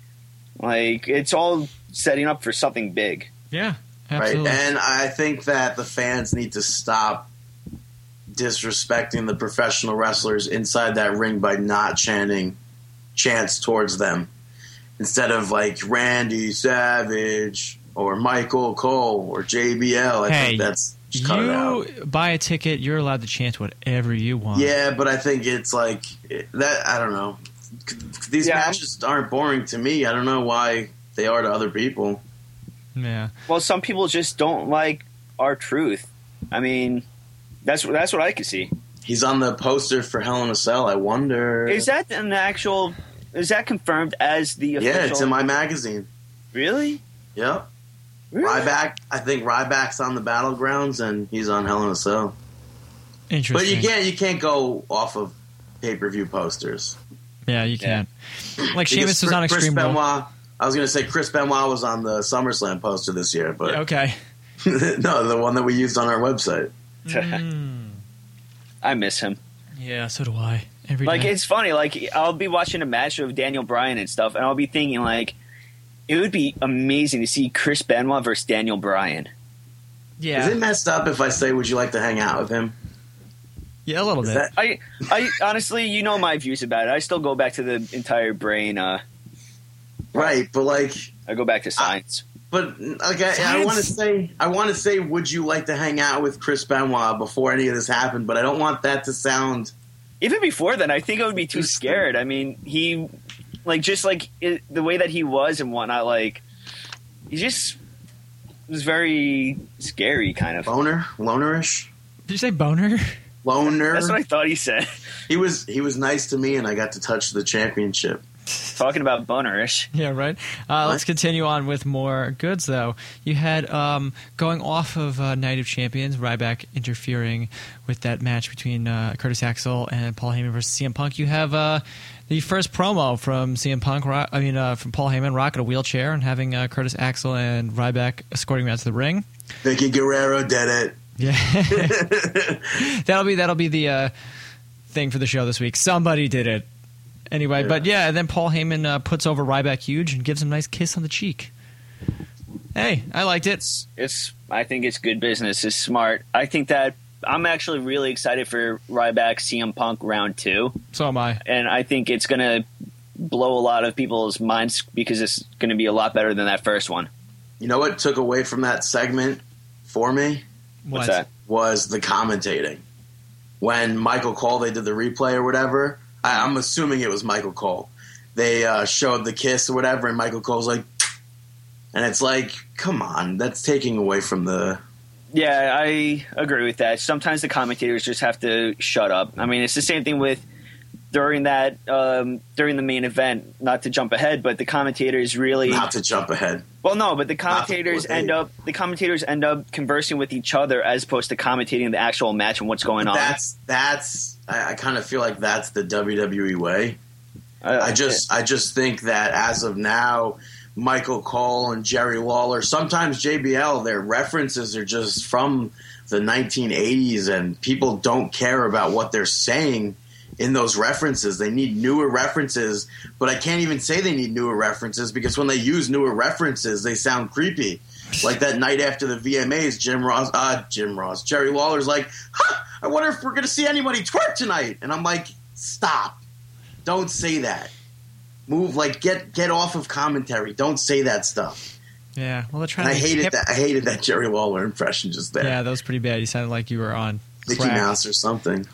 Like it's all setting up for something big.
Yeah,
right?
absolutely.
And I think that the fans need to stop disrespecting the professional wrestlers inside that ring by not chanting chants towards them instead of like Randy Savage or Michael Cole or JBL. I
Hey,
think that's just cut it out.
you buy a ticket, you're allowed to chant whatever you want.
Yeah, but I think it's like that. I don't know. These
Yeah.
matches aren't boring to me. I don't know why they are to other people.
yeah.
Well, some people just don't like our truth. I mean, that's that's what I can see.
He's on the poster for Hell in a Cell. I wonder.
Is that an actual? Is that confirmed as the official?
Yeah, it's in my magazine.
really.
Yep.
Really?
Ryback, I think Ryback's on the battlegrounds and he's on Hell in a Cell. But
Interesting.
you can't you can't go off of pay per view posters.
Yeah, you can't. Like
Because
Sheamus was
Chris-
on Extreme
Chris
Rules.
Benoit. I was going to say Chris Benoit was on the SummerSlam poster this year,
[laughs]
but
Okay.
[laughs] no, the one that we used on our website.
I miss him.
Mm, Yeah, so do I. Every
Like
day.
it's funny. Like I'll be watching a match of Daniel Bryan and stuff, and I'll be thinking like, it would be amazing to see Chris Benoit versus Daniel Bryan.
yeah,
Is it messed up if I say, "Would you like to hang out with him?"
yeah, a little bit.
that-
I, I honestly, you know my views about it. I still go back to the entire brain. Uh,
Right, but like,
I go back to science.
but like, I, I
Science.
want to say, I want to say, "Would you like to hang out with Chris Benoit?" Before any of this happened, but I don't want that to sound
Even before then, I think I would be too scared. I mean, he, like, just like it, the way that he was and whatnot. Like, he just was very scary, kind of.
loner, lonerish,
Did you say boner?
loner.
That's what I thought he said. [laughs]
he was he was nice to me, and I got to touch the championship.
Talking about bonerish.
[laughs] Yeah, right. Uh, let's continue on with more goods, though. You had um, going off of uh, Night of Champions, Ryback interfering with that match between uh, Curtis Axel and Paul Heyman versus CM Punk. You have uh, the first promo from CM Punk. Ro- I mean, uh, from Paul Heyman, rocking a wheelchair and having uh, Curtis Axel and Ryback escorting him out to the ring.
Vicky Guerrero did it.
[laughs] Yeah, that'll be that'll be the uh, thing for the show this week. Somebody did it anyway, but yeah. And then Paul Heyman uh, puts over Ryback huge and gives him a nice kiss on the cheek. Hey, I liked it.
It's. I think it's good business. It's smart. I think that I'm actually really excited for Ryback CM Punk round two.
So am I.
and I think it's going to blow a lot of people's minds because it's going to be a lot better than that first one.
[laughs] You know what took away from that segment for me
What's
What?
that?
was the commentating. When Michael Cole, they did the replay or whatever. I, I'm assuming it was Michael Cole. They uh, showed the kiss or whatever, and Michael Cole's like, and it's like, come on, that's taking away from the
Yeah, I agree with that. Sometimes the commentators just have to shut up. I mean, it's the same thing with during that um, during the main event. Not to jump ahead, but the commentators
[laughs]
really
not to jump ahead.
well, no, but the
not to
commentators
blow
end
aid.
up the commentators end up conversing with each other as opposed to commentating the actual match and what's going on.
That's that's. I, I kind of feel like that's the WWE way.
Uh,
I just I just think that as of now, Michael Cole and Jerry Lawler, sometimes JBL, their references are just from the 1980s, and people don't care about what they're saying in those references. They need newer references, but I can't even say they need newer references because when they use newer references, they sound creepy. Like that night after the VMAs, Jim Ross, uh, Jim Ross, Jerry Lawler's like, huh, I wonder if we're going to see anybody twerk tonight. And I'm like, stop. Don't say that move like get get off of commentary don't say that stuff
Yeah. Well, they're trying.
and
[laughs]
i
to
hated
hip-
that i hated that jerry waller impression just there
Yeah, that was pretty bad. You sounded like you were on.
mickey
crack.
mouse or something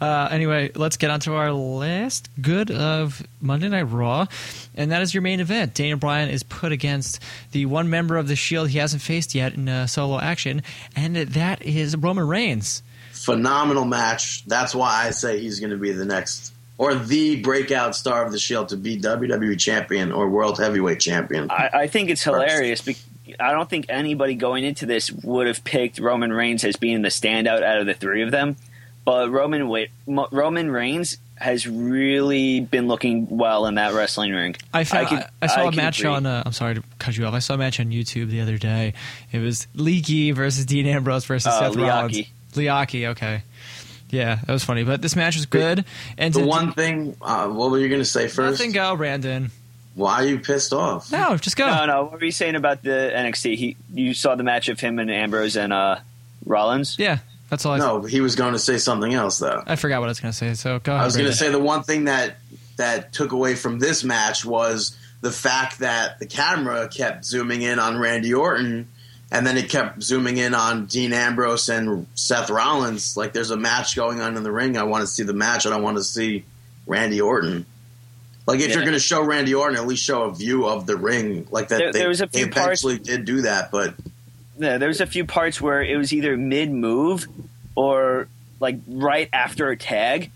Uh, anyway, let's get on to our last good of Monday Night Raw, and that is your main event. Daniel Bryan is put against the one member of the Shield he hasn't faced yet in uh, solo action, and that is Roman Reigns.
phenomenal match that's why i say he's going to be the next or the breakout star of the Shield to be WWE champion or world heavyweight champion.
I, I think it's hilarious. Be- I don't think anybody going into this would have picked Roman Reigns as being the standout out of the three of them, but Roman Wa- Mo- Roman Reigns has really been looking well in that wrestling ring.
I, found, I,
can-
I saw
I
a
can
match
agree.
on. Uh, I'm sorry to cut you off. I saw a match on YouTube the other day. It was Leaky versus Dean Ambrose versus
Uh,
Seth Rollins.
Liaki.
Liaki, okay, yeah, that was funny. But this match was good. And
The
to-
one thing, uh, what were you going to say first?
nothing go, Brandon.
Why are you pissed off?
No, just go.
No, no. What were you saying about the NXT? He, you saw the match of him and Ambrose and uh, Rollins.
Yeah, that's all. I,
No, he was going to say something else though.
I forgot what I was gonna say. So go. Ahead,
I was going to
Brandon.
say the one thing that that took away from this match was the fact that the camera kept zooming in on Randy Orton, and then it kept zooming in on Dean Ambrose and Seth Rollins. Like there's a match going on in the ring. I want to see the match. I don't want to see Randy Orton. Like if
Yeah.
you're going to show Randy Orton, at least show a view of the ring. Like that.
There-
they,
there was a
they
few parts-
eventually did do that, but
Yeah, there was a few parts where it was either mid move or like right after a tag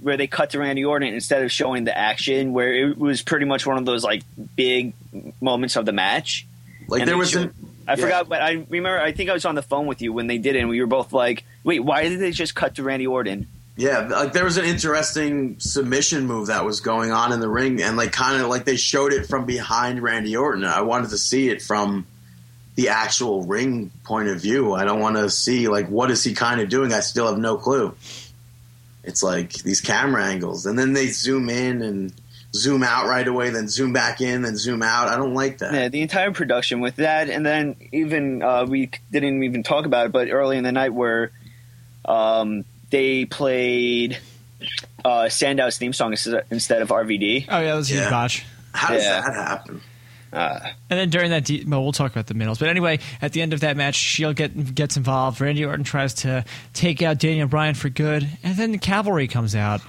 where they cut to Randy Orton instead of showing the action where it was pretty much one of those like big moments of the match.
like
And
there
they
was
showed-
an,
I
Yeah.
forgot but I remember I think I was on the phone with you when they did it and we were both like, "Wait, why did they just cut to Randy Orton?"
Yeah, like there was an interesting submission move that was going on in the ring, and like kind of like they showed it from behind Randy Orton. I wanted to see it from the actual ring point of view. I don't want to see like what is he kind of doing. I still have no clue. It's like these camera angles, and then they zoom in and zoom out right away, then zoom back in, then zoom out. I don't like that.
Yeah, the entire production with that, and then even uh, we didn't even talk about it, but early in the night where um, they played uh, Sandow's theme song ins- instead of RVD.
Oh yeah, that was a huge
Yeah.
botch.
How does
Yeah.
that happen?
And then during that, de- well, we'll talk about the middles. But anyway, at the end of that match, Shield get, gets involved. Randy Orton tries to take out Daniel Bryan for good, and then the cavalry comes out.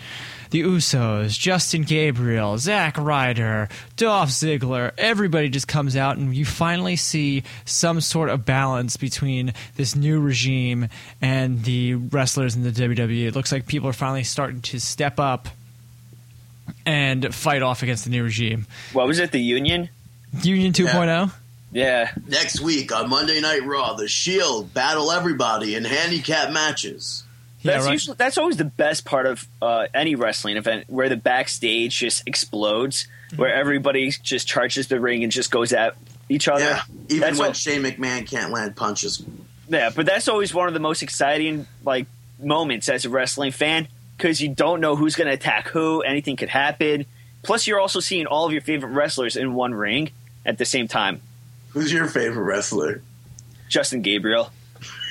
The Usos, Justin Gabriel, Zack Ryder, Dolph Ziggler, everybody just comes out, and you finally see some sort of balance between this new regime and the wrestlers in the WWE. It looks like people are finally starting to step up and fight off against the new regime.
What was it? The Union?
Union oh? 2.0.
Yeah,
Next week on Monday Night Raw, The Shield battle everybody in handicap matches.
Yeah,
that's
right.
usually that's always the best part of uh, any wrestling event, where the backstage just explodes, where
Mm-hmm.
everybody just charges the ring and just goes at each other.
Oh, Yeah, even
That's
when
what-
Shane McMahon can't land punches.
Yeah, but that's always one of the most exciting like moments as a wrestling fan because you don't know who's going to attack who. Anything could happen. Plus, you're also seeing all of your favorite wrestlers in one ring at the same time.
Who's your favorite wrestler?
Justin Gabriel.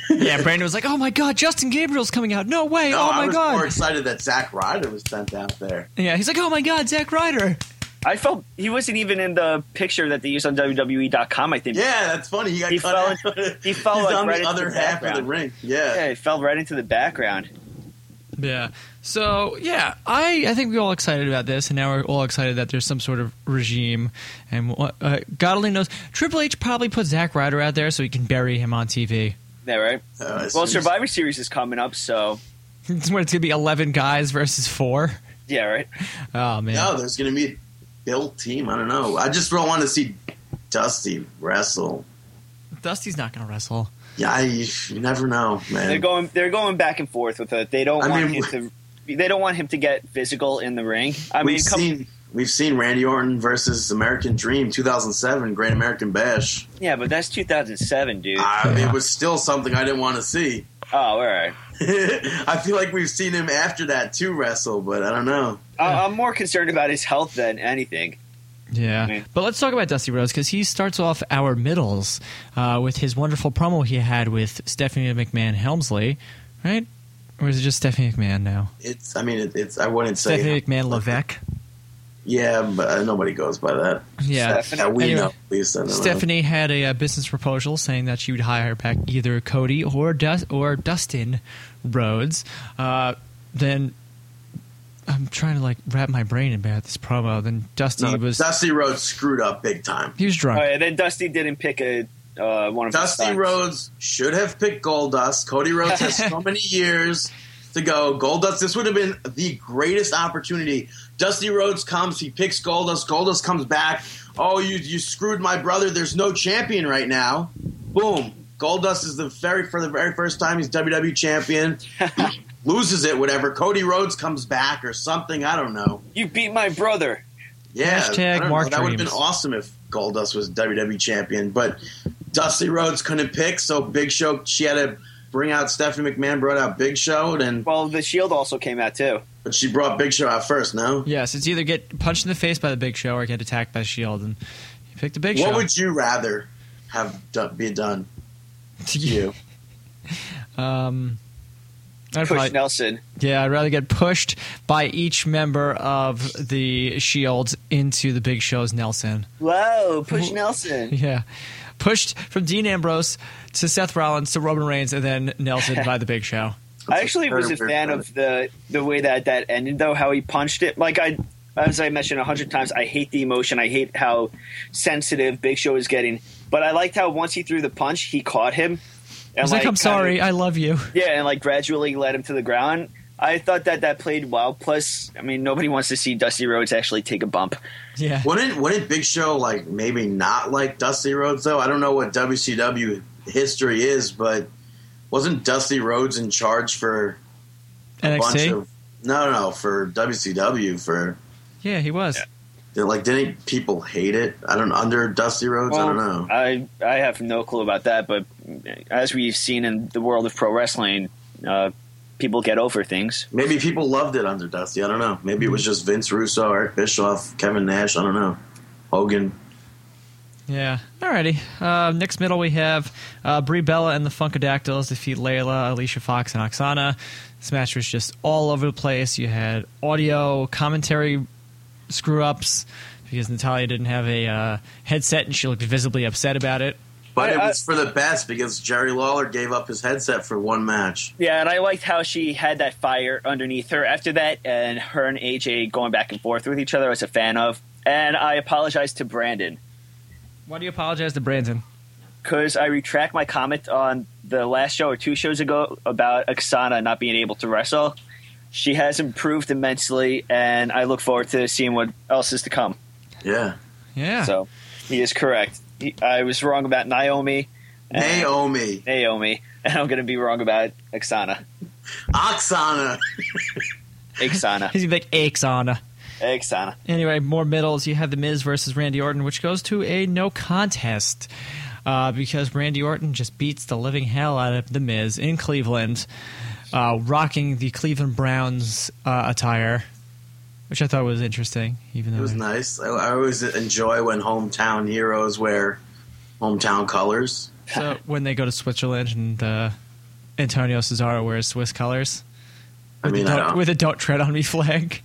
Yeah, Brandon was like, "Oh my god, Justin Gabriel's coming out! No way!
No,
oh
I
my
was more
god!"
excited that Zack Ryder was sent out there.
Yeah, he's like, "Oh my god, Zack Ryder!"
I felt he wasn't even in the picture that they used on WWE.com. I think.
Yeah, that's funny. He got
He
cut
fell
out.
in- he fell,
He's
like,
on
right
the
into
other
the
half of the
background.
ring. Yeah.
Yeah, he fell right into the background.
Yeah. So yeah, I I think we're all excited about this, and now we're all excited that there's some sort of regime, and what- uh, God only knows Triple H probably put Zack Ryder out there so he can bury him on TV.
Yeah, right.
Uh, as
well,
soon as-
Survivor Series is coming up, so
[laughs] It's where it's gonna be eleven guys versus four.
yeah, right.
Oh man.
No, there's going to be a built team. I don't know. I just don't want to see Dusty wrestle.
Dusty's not gonna wrestle.
Yeah, I, you never know,
They're
man.
going. They're going back and forth with it. They don't
I
want
mean,
him to. They don't want him to get physical in the ring. I mean,
we've
come,
seen we've seen Randy Orton versus American Dream 2007 Great American Bash.
yeah, but that's 2007, dude.
I mean,
Yeah.
it was still something I didn't want to see.
oh, all right.
[laughs] I feel like we've seen him after that too wrestle, but I don't know.
I, I'm more concerned about his health than anything.
Yeah.
mean-
But let's talk about Dusty Rhodes because he starts off our middles uh, with his wonderful promo he had with Stephanie McMahon Helmsley, right? Or is it just Stephanie McMahon now?
It's I mean it, it's I wouldn't say
Stephanie McMahon Levesque.
yeah, but uh, nobody goes by that.
Yeah.
Steph-
That we
Anyway,
know, at least. I don't know.
Stephanie had a, uh business proposal saying that she would hire back either Cody or Dus or Dustin Rhodes. Uh, then I'm trying to like wrap my brain about this promo. Then Dusty
No,
was
Dusty Rhodes screwed up big time.
he was drunk.
All right, Oh, then Dusty didn't pick a uh, one of his
Dusty
sons. [laughs]
Rhodes should have picked Goldust. Cody Rhodes has so many years to go Goldust. This would have been the greatest opportunity. Dusty Rhodes comes, he picks Goldust. Goldust comes back. Oh, you you screwed my brother. There's no champion right now. Boom. Goldust is the very for the very first time he's WWE
[laughs]
champion. Loses it, whatever. Cody Rhodes comes back or something. I don't know.
You beat my brother.
Yeah,
Hashtag
I don't know.
Mark
That would have been
dreams.
awesome if Goldust was WWE champion, but Dusty Rhodes couldn't pick, so Big Show. She had to bring out Stephanie McMahon, brought out Big Show, and
Well, the Shield also came out too.
but she brought Big Show out first. No,
Yes, it's either get punched in the face by the Big Show or get attacked by Shield, E and you pick the Big
what
Show.
would you rather have do- be done?
To
You
[laughs] Um, I'd
Push
probably,
Nelson.
yeah, I'd rather get pushed by each member of the Shield into the Big Show's Nelson. [laughs]
Whoa, push Nelson.
Yeah, pushed from Dean Ambrose to Seth Rollins to Roman Reigns, and then Nelson by the Big Show.
I actually was a
Very, very
fan
funny.
of the the way that that ended, though. How he punched it. Like I, as I mentioned a hundred times, I hate the emotion. I hate how sensitive Big Show is getting. But I liked how once he threw the punch, he caught him. And
He's like, "I'm
kinda-
sorry, I love you." [laughs]
Yeah, and like gradually led him to the ground. I thought that that played well. Plus, I mean, nobody wants to see Dusty Rhodes actually take a bump.
Yeah,
wouldn't wouldn't Big Show like maybe not like Dusty Rhodes though? I don't know what WCW history is, but wasn't Dusty Rhodes in charge for a bunch
NXT.
of no no for WCW for
Yeah, he was.
They're like didn't people hate it? I don't under Dusty Rhodes. I don't know.
I I have no clue about that, but as we've seen in the world of pro wrestling, uh, people get over things.
Maybe people loved it under Dusty. I don't know. Maybe it was just Vince Russo, Eric Bischoff, Kevin Nash. I don't know. Hogan.
Yeah. Alrighty. Uh, next middle we have uh, Brie Bella and the Funkadactyls defeat Layla, Alicia Fox, and Oksana. This match was just all over the place. You had audio commentary screw ups because Natalia didn't have a uh, headset and she looked visibly upset about it.
But it
I- I-
was for the best because Jerry Lawler gave up his headset for one match.
Yeah, and I liked how she had that fire underneath her after that, and her and AJ going back and forth with each other. I was a fan of, and I apologize to Brandon
Why do you apologize to Brandon?
because I retract my comment on the last show or two shows ago about Oksana not being able to wrestle. She has improved immensely, and I look forward to seeing what else is to come.
Yeah.
Yeah.
So he is correct. He, I was wrong about Naomi. and-
Naomi.
Naomi. [laughs] And I'm going to be wrong about Oksana.
Oksana.
Oksana.
[laughs] He's gonna be like Oksana.
Oksana.
Anyway, more middles. You have The Miz versus Randy Orton, which goes to a no contest uh, because Randy Orton just beats the living hell out of The Miz in Cleveland, uh, rocking the Cleveland Browns uh, attire, which I thought was interesting. Even though
It was nice. I, I always enjoy when hometown heroes wear hometown colors.
so when they go to Switzerland and uh, Antonio Cesaro wears Swiss colors
I mean, I
don't,
don't,
with a "Don't Tread on Me" [laughs] flag,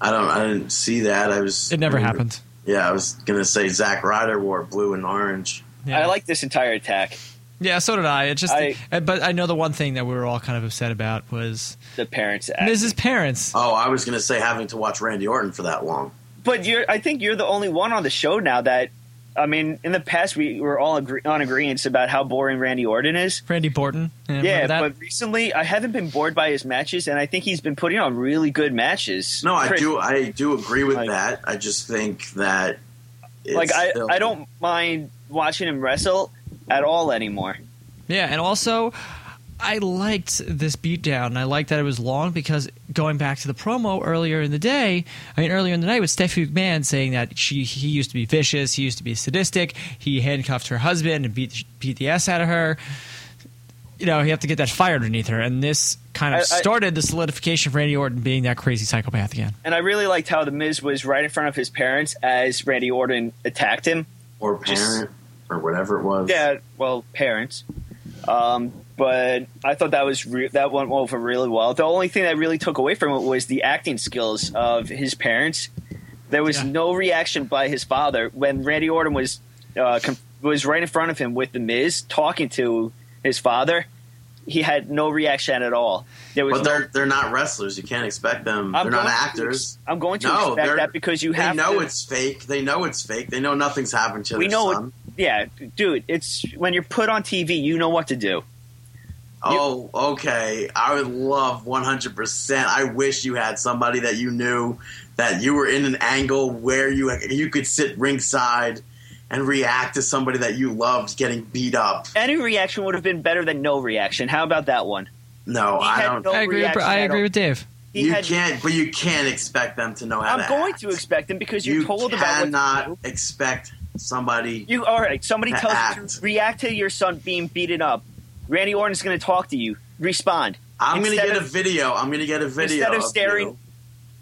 I don't. I didn't see that. I was.
it never happened.
Yeah, I was gonna say Zack Ryder wore blue and orange.
Yeah.
I like this entire attack.
Yeah, so did I. It just,
I-
uh, but I know the one thing that we were all kind of upset about was
The parents act.
Miz's parents.
Oh, I was gonna say having to watch Randy Orton for that long.
But you're, I think you're the only one on the show now that, I mean, in the past we were all agree- on agreements about how boring Randy Orton is.
Randy Borton.
Yeah, but recently I haven't been bored by his matches, and I think he's been putting on really good matches.
No, I
Chris,
do. I do agree with
Like-
that. I just think that it's
Like I,
still-
I don't mind watching him wrestle at all anymore.
yeah, and also I liked this beatdown. and I liked that it was long because going back to the promo earlier in the day, I mean earlier in the night with Stephanie McMahon saying that she he used to be vicious, he used to be sadistic, he handcuffed her husband and beat beat the ass out of her. You know, you have to get that fire underneath her, and this kind of
I- I-
started the solidification of Randy Orton being that crazy psychopath again.
And I really liked how the Miz was right in front of his parents as Randy Orton attacked him.
or parent
just-
or whatever it was.
Yeah, well, parents. Um, but I thought that was re- that went over really well. The only thing that really took away from it was the acting skills of his parents. There was
Yeah.
no reaction by his father when Randy Orton was uh, com- was right in front of him with the Miz talking to his father. He had no reaction at all. There was
but
no-
they're they're not wrestlers. You can't expect them.
I'm
they're not
going to
actors.
ex- I'm going to
No,
expect
they're-
that because you
They
have
know
to,
it's fake. They know it's fake. They know nothing's happened to
We
their
know it-
son.
yeah, dude. It's when you're put on TV, you know what to do.
Oh, okay. I would love 100%. I wish you had somebody that you knew that you were in an angle where you you could sit ringside and react to somebody that you loved getting beat up.
Any reaction would have been better than no reaction. How about that one?
No,
He
I
had
don't.
no
I agree. With,
reaction
I
at
agree
all.
with Dave.
He
you
had-
can't, but you can't expect them to know how.
I'm
to
going
act.
to expect them because you're
You
told about what
cannot
to do.
expect somebody.
You all right?
[laughs]
Somebody
To
tells you
act.
to react to your son being beaten up. Randy Orton's going to talk to you. Respond
I'm going to
instead
get a
of-
video. I'm going to get a video
instead of staring.
you.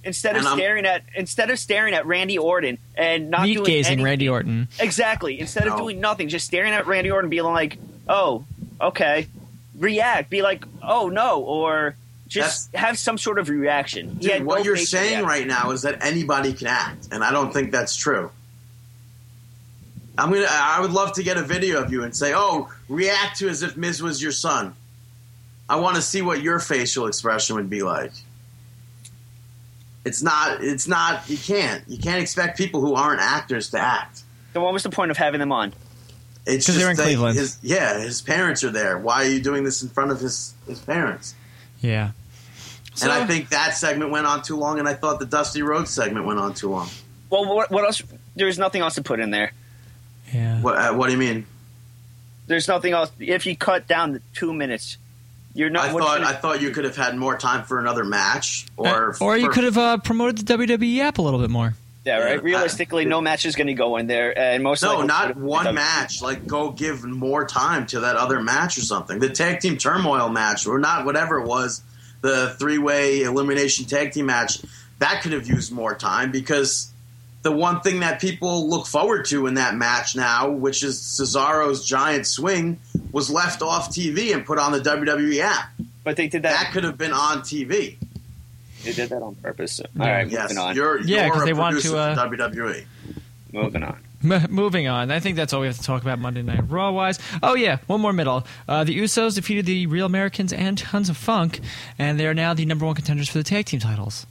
Instead of
And I'm-
staring at instead of staring at Randy Orton and not
Meat
doing
gazing,
any-
Randy Orton.
exactly instead of
No.
doing nothing, just staring at Randy Orton, being like, "Oh, okay," react. Be like, "Oh no," or just have some sort of reaction. He
Dude,
had
what
no
you're
facial
saying
reaction.
right now is that anybody can act, and I don't think that's true. I'm gonna. I would love to get a video of you and say, "Oh, react to as if Miz was your son." I want to see what your facial expression would be like. It's not. It's not. You can't. You can't expect people who aren't actors to act.
Then what was the point of having them on?
It's
'Cause
just
they're in
that
Cleveland.
His, yeah, his parents are there. Why are you doing this in front of his his parents?
Yeah. So,
and I think that segment went on too long, and I thought the Dusty Rhodes segment went on too long.
Well, what, what else? There's nothing else to put in there.
yeah.
What, uh, what do you mean?
There's nothing else. If you cut down the two minutes, you're not.
I
what
thought
you-
I thought you could have had more time for another match, or
Uh, or you
for-
could have uh, promoted the WWE app a little bit more. [laughs]
Yeah,
Yeah,
right. Realistically,
I-
no match is going to go in there, and most
uh, no,
likely-
not one match. Like go give more time to that other match or something. The tag team turmoil match, or not whatever it was, the three way elimination tag team match that could have used more time because the one thing that people look forward to in that match now, which is Cesaro's giant swing, was left off TV and put on the WWE app.
But they did
That
that.
could have been on TV.
They did that on purpose. So.
Yeah.
All right,
Yes,
moving on.
you're,
Yeah, 'cause
you're a
they want
producer
to, uh,
for E. WWE.
Moving on.
M- moving on. I think that's all we have to talk about Monday Night Raw wise. Oh, yeah, one more middle. Uh, the Usos defeated the Real Americans and Tons of Funk, and they are now the number one contenders for the tag team titles.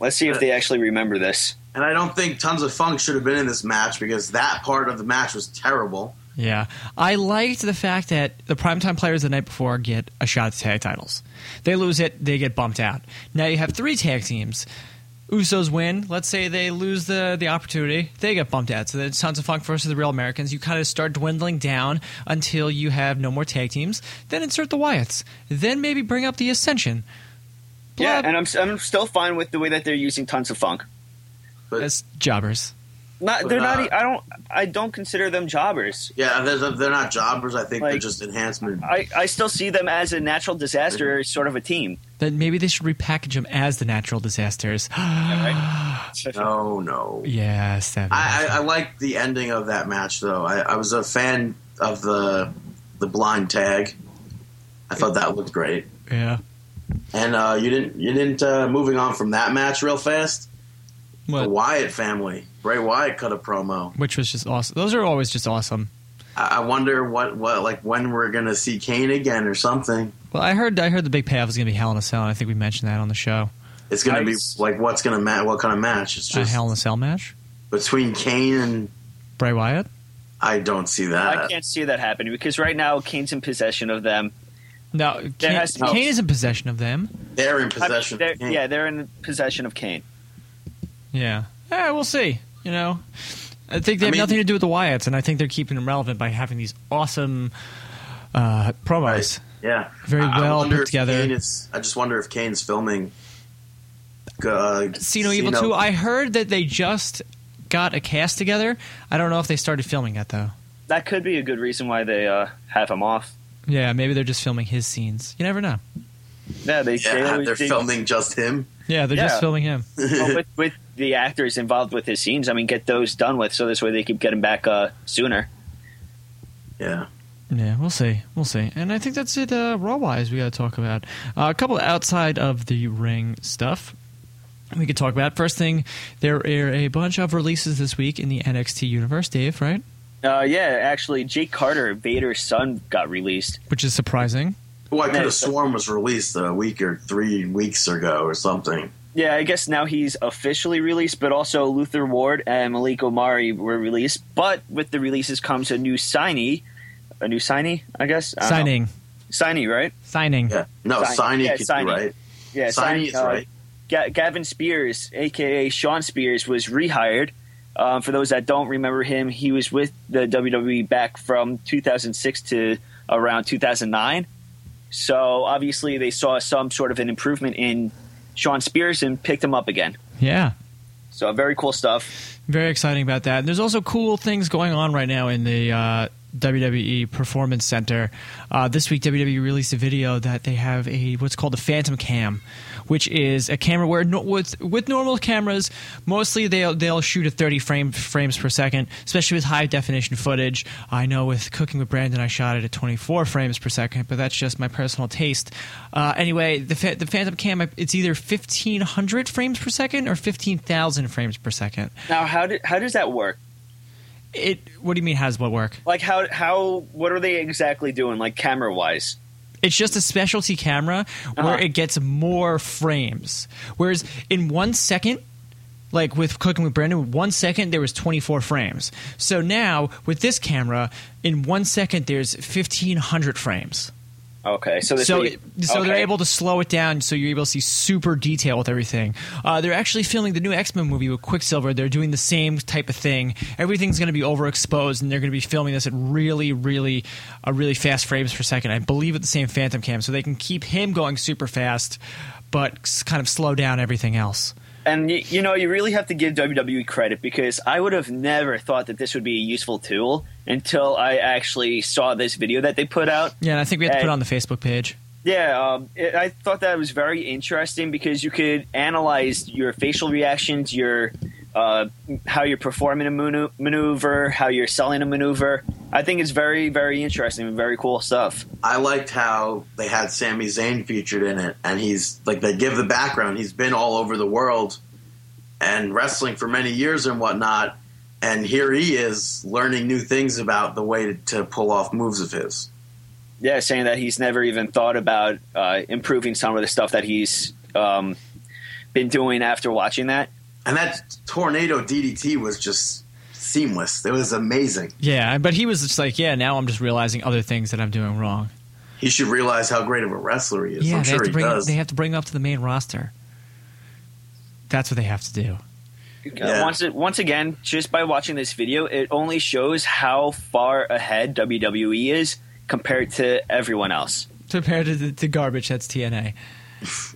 Let's see if they actually remember this.
And I don't think Tons of Funk should have been in this match because that part of the match was terrible.
Yeah. I liked the fact that the primetime players the night before get a shot at the tag titles. They lose it, they get bumped out. Now you have three tag teams. Usos win. Let's say they lose the, the opportunity. They get bumped out. So then it's Sons of Funk versus the Real Americans. You kind of start dwindling down until you have no more tag teams. Then insert the Wyatts. Then maybe bring up the Ascension.
Yeah,
Blah.
and I'm I'm still fine with the way that they're using tons of funk.
But
That's jobbers.
Not they're
But,
not. e- I don't. I don't consider them jobbers.
yeah, they're, they're not jobbers. I think they're
Like- uh,
just enhancement.
I, I still see them as a natural disaster,
Mm-hmm.
sort of a team.
Then maybe they should repackage them as the natural disasters. [gasps]
No, no.
yes, that
I, I, I like the ending of that match though. I, I was a fan of the the blind tag. I thought that looked great.
yeah.
And uh, you didn't you didn't uh, moving on from that match real fast. The
What?
Wyatt family. Bray Wyatt cut a promo.
which was just awesome. Those are always just awesome.
I, I wonder what, what like when we're gonna see Kane again or something.
Well, I heard I heard the big payoff is going to be Hell in a Cell, and I think we mentioned that on the show.
It's gonna be
Nice.
like what's gonna match? What kind of match? It's
a
just
Hell in a Cell match.
between Kane and
Bray Wyatt.
I don't see
I
that.
can't see that happening because right now Kane's in possession of them.
No,
There
Kane,
has to be-
Kane is in possession of them.
They're in
I mean,
possession.
they're-
of Kane.
Yeah, they're in possession of Kane.
Yeah. Yeah, we'll see. You know, I think they
I
have
mean-
nothing to do with the Wyatts, and I think they're keeping them relevant by having these awesome uh, promos.
yeah,
Very
I- I
well
wonder
put
if
together.
Kane is- I just wonder if Kane's filming. Uh,
See no Evil
Cena.
Two. I heard that they just got a cast together. I don't know if they started filming that though.
That could be a good reason why they uh, have him off.
Yeah, maybe they're just filming his scenes. You never know.
Yeah, they, they
yeah,
always
they're
do-
filming just him.
Yeah, they're
Yeah.
just filming him.
well, [laughs] with, with the actors involved with his scenes. I mean, get those done with so this way they keep getting back uh, sooner.
Yeah,
Yeah, we'll see. We'll see. And I think that's it, uh, Raw wise, we got to talk about. Uh, a couple outside of the ring stuff we could talk about. First thing, there are a bunch of releases this week in the NXT universe, Dave, right?
Uh, yeah, actually, Jake Carter, Vader's son, got released.
Which is surprising.
who I could
Yeah,
have
so-
sworn was released a week or three weeks ago or something.
Yeah, I guess now he's officially released, but also Luther Ward and Malik Omari were released. But with the releases comes a new signee, a new signee, I guess. I don't know.
Signing.
Signing, right?
Signing.
Yeah. No,
Sign-
signing
yeah,
could
signing.
be right.
Yeah,
signing is
uh,
right.
Ga- Gavin Spears, aka Sean Spears, was rehired. Um, for those that don't remember him, he was with the WWE back from 2006 to around 2009. So obviously, they saw some sort of an improvement in Sean Spears and picked him up again.
Yeah.
So very cool stuff.
Very exciting about that. And there's also cool things going on right now in the uh, WWE Performance Center. Uh, this week, WWE released a video that they have a what's called a Phantom Cam, which is a camera where no, with with normal cameras, mostly they'll they'll shoot at 30 frame, frames per second, especially with high definition footage. I know with Cooking with Brandon, I shot it at 24 frames per second, but that's just my personal taste. Uh, anyway, the fa- the Phantom Cam, it's either 1500 frames per second or 15,000 frames per second
Now, how did how does that work?
it what do you mean has what work
Like how how what are they exactly doing? Like camera wise?
it's just a specialty camera where
Uh-huh.
it gets more frames whereas in one second like with cooking with brandon one second there was 24 frames so now with this camera in one second there's 1500 frames
Okay, so this
so,
way-
it- so they're
okay.
able to slow it down so you're able to see super detail with everything. Uh, they're actually filming the new X Men movie with Quicksilver. They're doing the same type of thing. Everything's going to be overexposed, and they're going to be filming this at really, really, uh, really fast frames per second. I believe at the same Phantom Cam, so they can keep him going super fast, but s- kind of slow down everything else.
And you, you know, you really have to give WWE credit because I would have never thought that this would be a useful tool until I actually saw this video that they put out.
Yeah, and I think we have to put
Hey.
it on the Facebook page.
Yeah, um, it, I thought that was very interesting because you could analyze your facial reactions, your uh, how you're performing a manu- maneuver, how you're selling a maneuver. I think it's very, very interesting and very cool stuff.
I liked how they had Sami Zayn featured in it, and he's like they give the background. He's been all over the world and wrestling for many years and whatnot, and here he is learning new things about the way to, to pull off moves of his.
yeah, saying that he's never even thought about uh, improving some of the stuff that he's um, been doing after watching that.
And that tornado DDT was just seamless. It was amazing.
Yeah, but he was just like, yeah, now I'm just realizing other things that I'm doing wrong.
He should realize how great of a wrestler he is.
Yeah,
I'm
they,
sure
have
he
to bring,
does.
they have to bring him up to the main roster. That's what they have to do.
Yeah.
Once, it, once again, just by watching this video, it only shows how far ahead WWE is compared to everyone else.
compared to the to garbage that's TNA.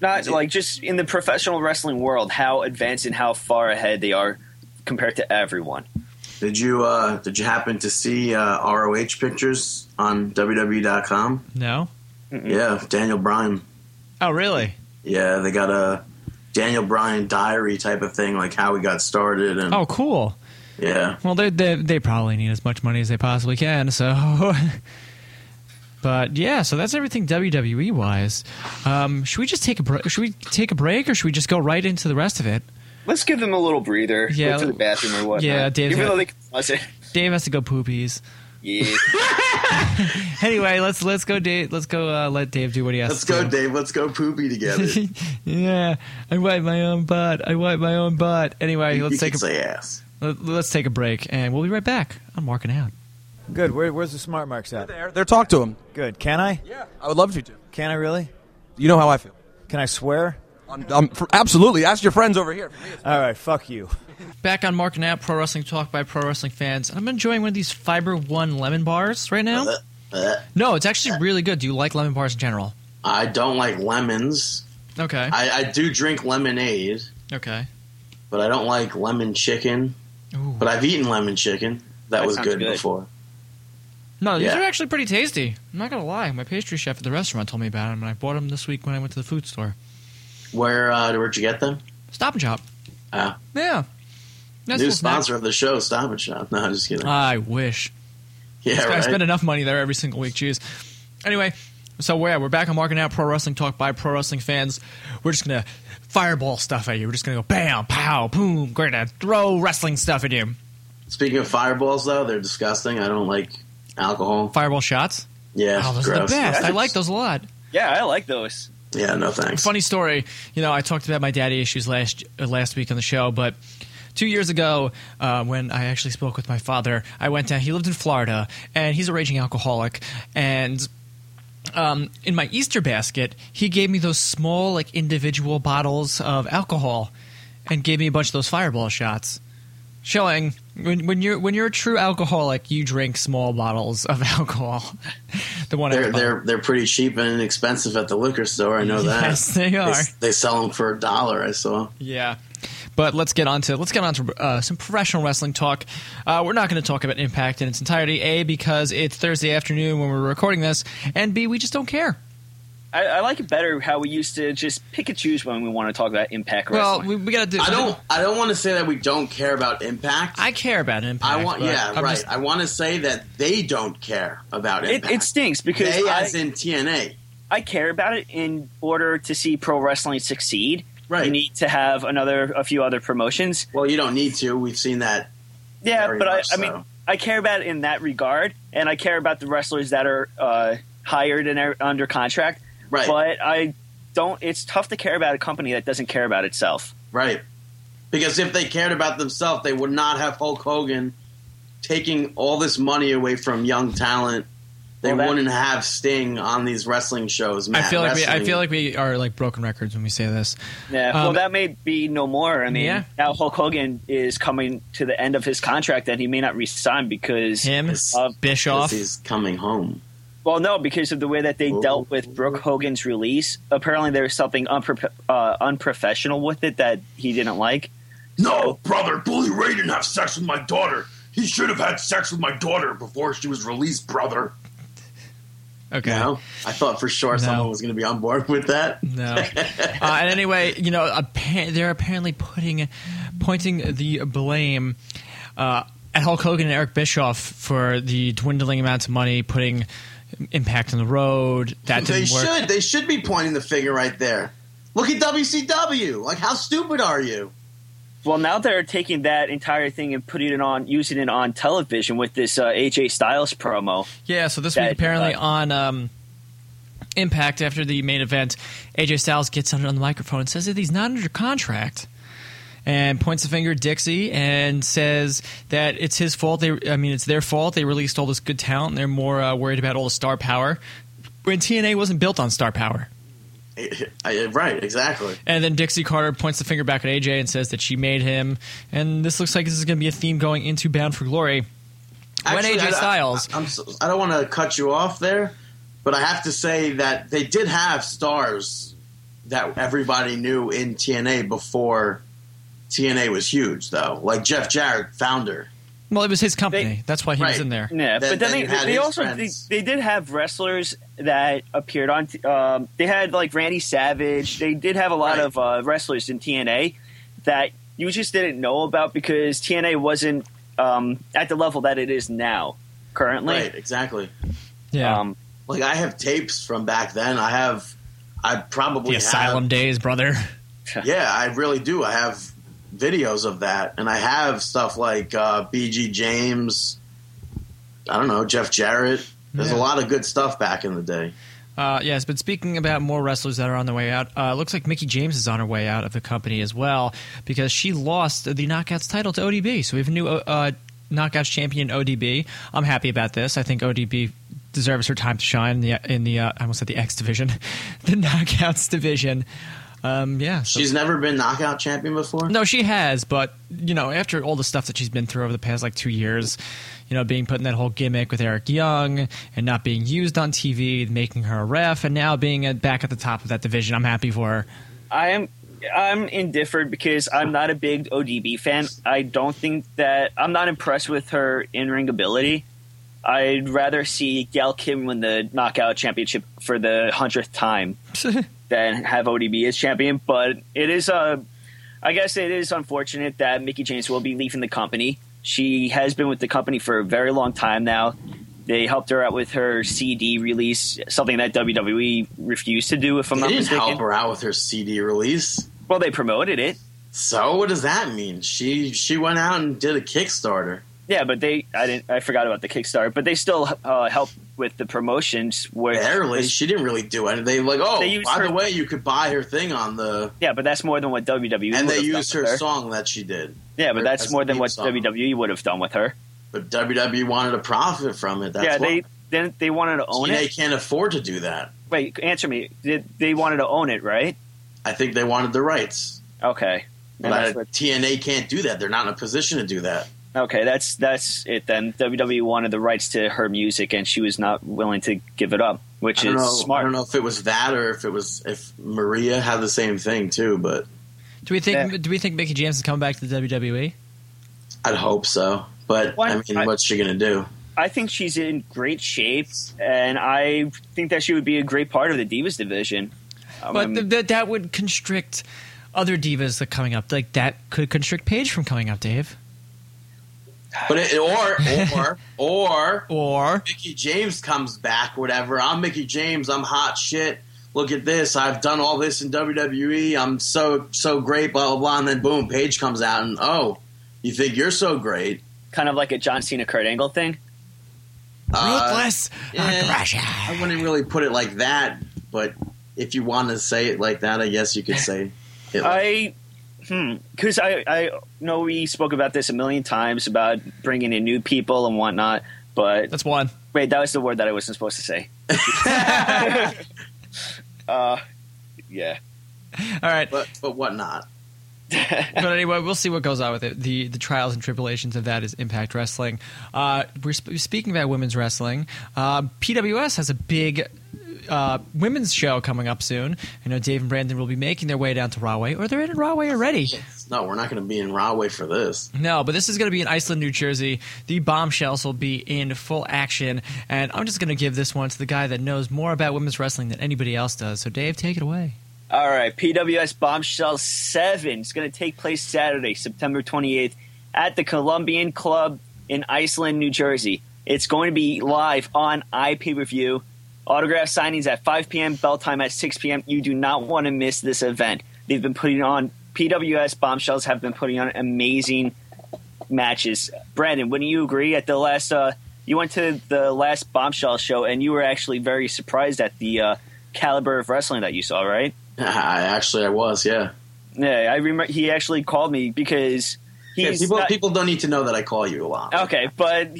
Not like just in the professional wrestling world, how advanced and how far ahead they are compared to everyone.
Did you uh, did you happen to see uh, ROH pictures on WWE.com?
No.
Yeah, Daniel Bryan.
Oh, really?
Yeah, they got a Daniel Bryan diary type of thing, like how he got started, and
Oh, cool.
yeah,
Well, they they they probably need as much money as they possibly can. So, [laughs] but yeah, so that's everything WWE wise. Um, should we just take a break? Should we take a break, or should we just go right into the rest of it?
Let's give them a little breather.
Yeah.
Go to the bathroom or whatnot.
Yeah, Dave's
Even
got-
though they can pause it. [laughs]
Dave has to go poopies.
Yeah.
Anyway, let's let's go, Dave. Let's go. Uh, let Dave do what he has
let's
to
go,
do.
Dave. Let's go
[laughs]
poopy together.
yeah, I wipe my own butt. I wipe my own butt. Anyway,
you
let's
can
take
[laughs]
a
say ass.
let- let's take a break, and we'll be right back. I'm marking out.
Good. Where, where's the smart marks at?
there. There, talk to him.
Good. Can I?
Yeah, I would love you to.
Can I really?
You know how I feel.
Can I swear?
I'm, I'm, for, absolutely. Ask your friends over here.
All right. Fuck you.
Back on Mark and App, Pro Wrestling Talk by Pro Wrestling Fans. And I'm enjoying one of these Fiber One lemon bars right
Uh-huh.
now.
Uh,
No, it's actually really good. Do you like lemon bars in general?
I don't like lemons.
Okay.
I, I do drink lemonade,
Okay.
but I don't like lemon chicken.
Ooh.
But I've eaten lemon chicken. That,
That
was
sounds
good,
good.
before.
No, these
yeah.
are actually pretty tasty. I'm not going to lie. My pastry chef at the restaurant told me about them, and I bought them this week when I went to the food store.
Where uh, where'd you get them?
Stop and Shop.
Ah.
Yeah. Nice
New
little snack.
sponsor of the show, Stop and Shop. No, I'm just kidding.
I wish.
[laughs] yeah,
I
right.
spend enough money there every single week. Jeez. Anyway, so yeah, we're back on marketing out pro wrestling talk by pro wrestling fans. We're just gonna fireball stuff at you. We're just gonna go bam, pow, boom. We're gonna throw wrestling stuff at you.
Speaking of fireballs, though, they're disgusting. I don't like alcohol.
Fireball shots.
Yeah,
Oh, those
gross.
are the best. I like those a lot.
yeah, I like those.
Yeah, no thanks.
Funny story. You know, I talked about my daddy issues last uh, last week on the show, but two years ago, uh, when I actually spoke with my father, I went down. He lived in Florida, and he's a raging alcoholic, and. um, in my Easter basket, he gave me those small, like individual bottles of alcohol, and gave me a bunch of those fireball shots, showing when, when you're when you're a true alcoholic, you drink small bottles of [laughs] alcohol. the one
They're
alcohol.
they're they're pretty cheap and inexpensive at the liquor store. I know that.
Yes, they
They,
are.
s- they sell them for a dollar. I saw.
Yeah. But let's get on to let's get on to uh, some professional wrestling talk. Uh, we're not going to talk about Impact in its entirety, a because it's Thursday afternoon when we're recording this, and b we just don't care.
I, I like it better how we used to just pick and choose when we want to talk about Impact
Well,
Wrestling.
we, we got to do.
I don't I don't want to say that we don't care about impact.
I care about Impact.
I want
but
yeah
I'm
right.
just-
I want to say that they don't care about
it,
impact.
it stinks because
they
I,
as in TNA.
I care about it in order to see pro wrestling succeed.
Right.
You need to have another a few other promotions.
Well, you don't need to. We've seen that.
Yeah,
Very
but I,
much
I mean,
so.
I care about it in that regard, and I care about the wrestlers that are uh, hired and are under contract.
Right.
But I don't. It's tough to care about a company that doesn't care about itself.
Right. Because if they cared about themselves, they would not have Hulk Hogan taking all this money away from young talent. They
Well, that-
wouldn't have Sting on these wrestling shows.
I
Matt,
feel like we, I
wrestling.
feel like we are like broken records when we say this.
Yeah.
Um,
well, that may be no more. I mean,
Yeah.
now Hulk Hogan is coming to the end of his contract, and he may not resign because
Him,
Uh,
Bischoff,
Because he's coming home.
Well, no, because of the way that they
Oh.
dealt with Brooke Hogan's release. Apparently, there was something unpro- uh, unprofessional with it that he didn't like.
No, Oh, brother, Bully Ray didn't have sex with my daughter. He should have had sex with my daughter before she was released, brother.
okay.
No, I thought for sure
No.
someone was going to be on board
[laughs]
with that.
No. Uh, and anyway, you know, appa- they're apparently putting, pointing the blame uh, at Hulk Hogan and Eric Bischoff for the dwindling amounts of money, putting Impact on the road. That
They
didn't work.
should. They should be pointing the finger right there. Look at WCW. Like, how stupid are you? [laughs]
Well, now they're taking that entire thing and putting it on, using it on television with this uh, AJ Styles promo.
Yeah. So this
That-
week, apparently
uh,
on um, Impact, after the main event, AJ Styles gets on the microphone and says that he's not under contract. And points the finger at Dixie and says that it's his fault. They, I mean, it's their fault. They released all this good talent. And they're more uh, worried about all the star power. When TNA wasn't built on star power.
I- right, exactly.
And then Dixie Carter points the finger back at AJ and says that she made him. And this looks like this is going to be a theme going into Bound for Glory. When
Actually,
AJ
I- I-
Styles-
I, am so, I don't want to cut you off there, but I have to say that they did have stars that everybody knew in TNA before TNA was huge, though. Like Jeff Jarrett, founder.
Well, it was his company.
They-
That's why he was
Right.
in there.
Yeah,
Then-
but then,
then you
they,
had
they
his
also they,
friends.
they did have wrestlers that appeared on. t- Um, they had like Randy Savage. They did have a lot
Right.
of uh, wrestlers in TNA that you just didn't know about because TNA wasn't um, at the level that it is now currently.
Right, exactly.
Yeah.
Um,
Like I have tapes from back then. I have. I probably
the Asylum
have-
days, brother.
yeah, I really do. I have videos of that, and I have stuff like uh, BG James. I don't know Jeff Jarrett. There's
Yeah.
a lot of good stuff back in the day.
Uh, yes, but speaking about more wrestlers that are on their way out, uh, looks like Mickey James is on her way out of the company as well because she lost the Knockouts title to ODB. So we have a new uh, Knockouts champion, ODB. I'm happy about this. I think ODB deserves her time to shine in the, in the uh, I almost said the X division, [laughs] the Knockouts division. Um, yeah. So,
She's never been knockout champion before.
no, she has, but you know, after all the stuff that she's been through over the past like two years, you know, being put in that whole gimmick with Eric Young and not being used on TV, making her a ref, and now being at, back at the top of that division, I'm happy for her.
I am I'm indifferent because I'm not a big ODB fan. I don't think that I'm not impressed with her in ring ability. I'd rather see Gail Kim win the knockout championship for the hundredth time than have ODB as champion. But it is uh, I guess it is unfortunate that Mickey James will be leaving the company. She has been with the company for a very long time now. They helped her out with her CD release, something that WWE refused to do, if I'm
They
not
didn't
mistaken.
help her out with her CD release.
Well, they promoted it.
So what does that mean? She she went out and did a Kickstarter.
Yeah, but they I didn't I forgot about the Kickstarter, but they still uh, help with the promotions where
Barely. She didn't really do anything. They like, oh,
They used
by
her-
the way, you could buy her thing on the
Yeah, but that's more than what WWE
and
would
they
have done
used
with
her, song that she did.
Yeah, but that's
as
more than
theme
what E
song.
WWE would have done with her.
But WWE wanted to E profit from it. That's
yeah,
why.
they then they wanted to own
TNA
it.
can't afford to do that.
Wait, answer me. Did they wanted to own it, right?
I think they wanted the rights.
Okay. And
But I-
that's what-
TNA can't do that. They're not in a position to do that.
okay, that's that's it then. WWE wanted the rights to her music, and she was not willing to give it up, which
I don't
is
know. I
smart.
don't know if it was that or if it was if Maria had the same thing too. But
Do we think?
Yeah.
Do we think Mickey James is coming back to the E? WWE?
I'd hope so. But
Why-
I mean,
I-
what's she gonna do?
I think she's in great shape, and I think that she would be a great part of the Divas division. Um,
But th- th- that would constrict other divas that coming up. Like that could constrict Paige from coming up, Dave.
But it,
[laughs]
or or or
Or
Mickey James comes back, whatever. I'm Mickey James. I'm hot shit. Look at this. I've done all this in WWE. I'm so so great. Blah blah blah. And then boom, Paige comes out, and oh, you think you're so great?
kind of like a John Cena Kurt Angle thing.
Uh,
ruthless
yeah.
aggression.
I wouldn't really put it like that, but if you want to say it like that, I guess you could say it. Like,
[laughs] I hmm because I I know we spoke about this a million times about bringing in new people and whatnot, but
That's one.
wait, that was the word that I wasn't supposed to say. [laughs] uh, yeah.
All right.
but but whatnot.
but anyway, we'll see what goes on with it. The the trials and tribulations of that is Impact Wrestling. Uh, we're sp- speaking about women's wrestling. Uh, PWS has a big uh, women's show coming up soon. I know Dave and Brandon will be making their way down to Rahway, or they're in Rahway already.
No, we're not going to be in Rahway for this. [laughs]
No, but this is going to be in Iceland, New Jersey. The bombshells will be in full action, and I'm just going to give this one to the guy that knows more about women's wrestling than anybody else does. So, Dave, take it away.
All right, PWS Bombshell 7 is going to take place Saturday, September 28th at the Columbian Club in Iceland, New Jersey. It's going to be live on iPay-per-view. Autograph signings at 5 p.m., bell time at 6 p.m. You do not want to miss this event. They've been putting on PWS Bombshells have been putting on amazing matches. Brandon, wouldn't you agree at the last uh you went to the last Bombshell show and you were actually very surprised at the uh caliber of wrestling that you saw, right?
I, actually, I was. Yeah.
Yeah, I remember he actually called me because
Yeah,
he's
people
not-
people don't need to know that I call you a lot.
okay, but he-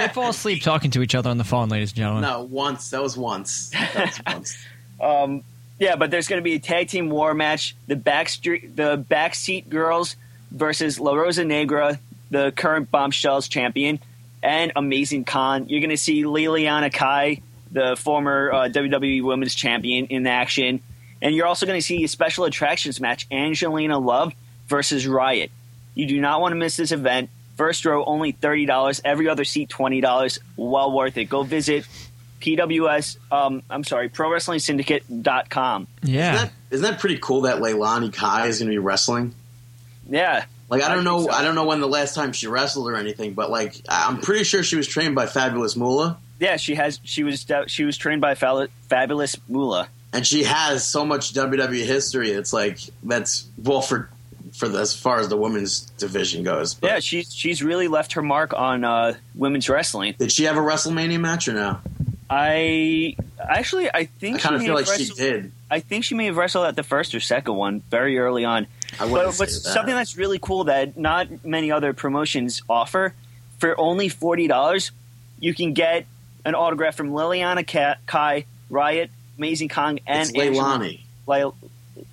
They fall asleep talking to each other on the phone, ladies and gentlemen.
No, once. That was once. That
[laughs]
was once.
um, yeah, but there's going to be a tag team war match: the backstreet, the backseat girls versus La Rosa Negra, the current Bombshells champion, and Amazing Khan. You're going to see Liliana Kai, the former uh, WWE Women's Champion, in action, and you're also going to see a special attractions match: Angelina Love versus Riot. You do not want to miss this event. First row only thirty dollars. Every other seat twenty dollars. Well worth it. Go visit PWS. Um, I'm sorry, Pro Wrestling Syndicate.com.
Yeah.
Isn't that, isn't that pretty cool that Leilani Kai is going to be wrestling?
Yeah,
Like I
I
don't
think
know,
so.
I don't know when the last time she wrestled or anything, but like I'm pretty sure she was trained by Fabulous Moolah,
yeah. She has. She was. uh, She was trained by Fal- Fabulous Moolah.
and she has so much WWE history. It's like that's well for for the, as far as the women's division goes. But
Yeah, she's she's really left her mark on uh, women's wrestling.
did she have a WrestleMania match or no?
I actually I think
I kind of
she may
feel like
have
she
wrestled-
did.
I think she may have wrestled at the first or second one very early on.
I
But,
wouldn't
but
say that.
something that's really cool that not many other promotions offer for only forty dollars, you can get an autograph from Liliana Ka- Kai, Riot, Amazing Kong, and
it's
Angela-
Leilani.
Le-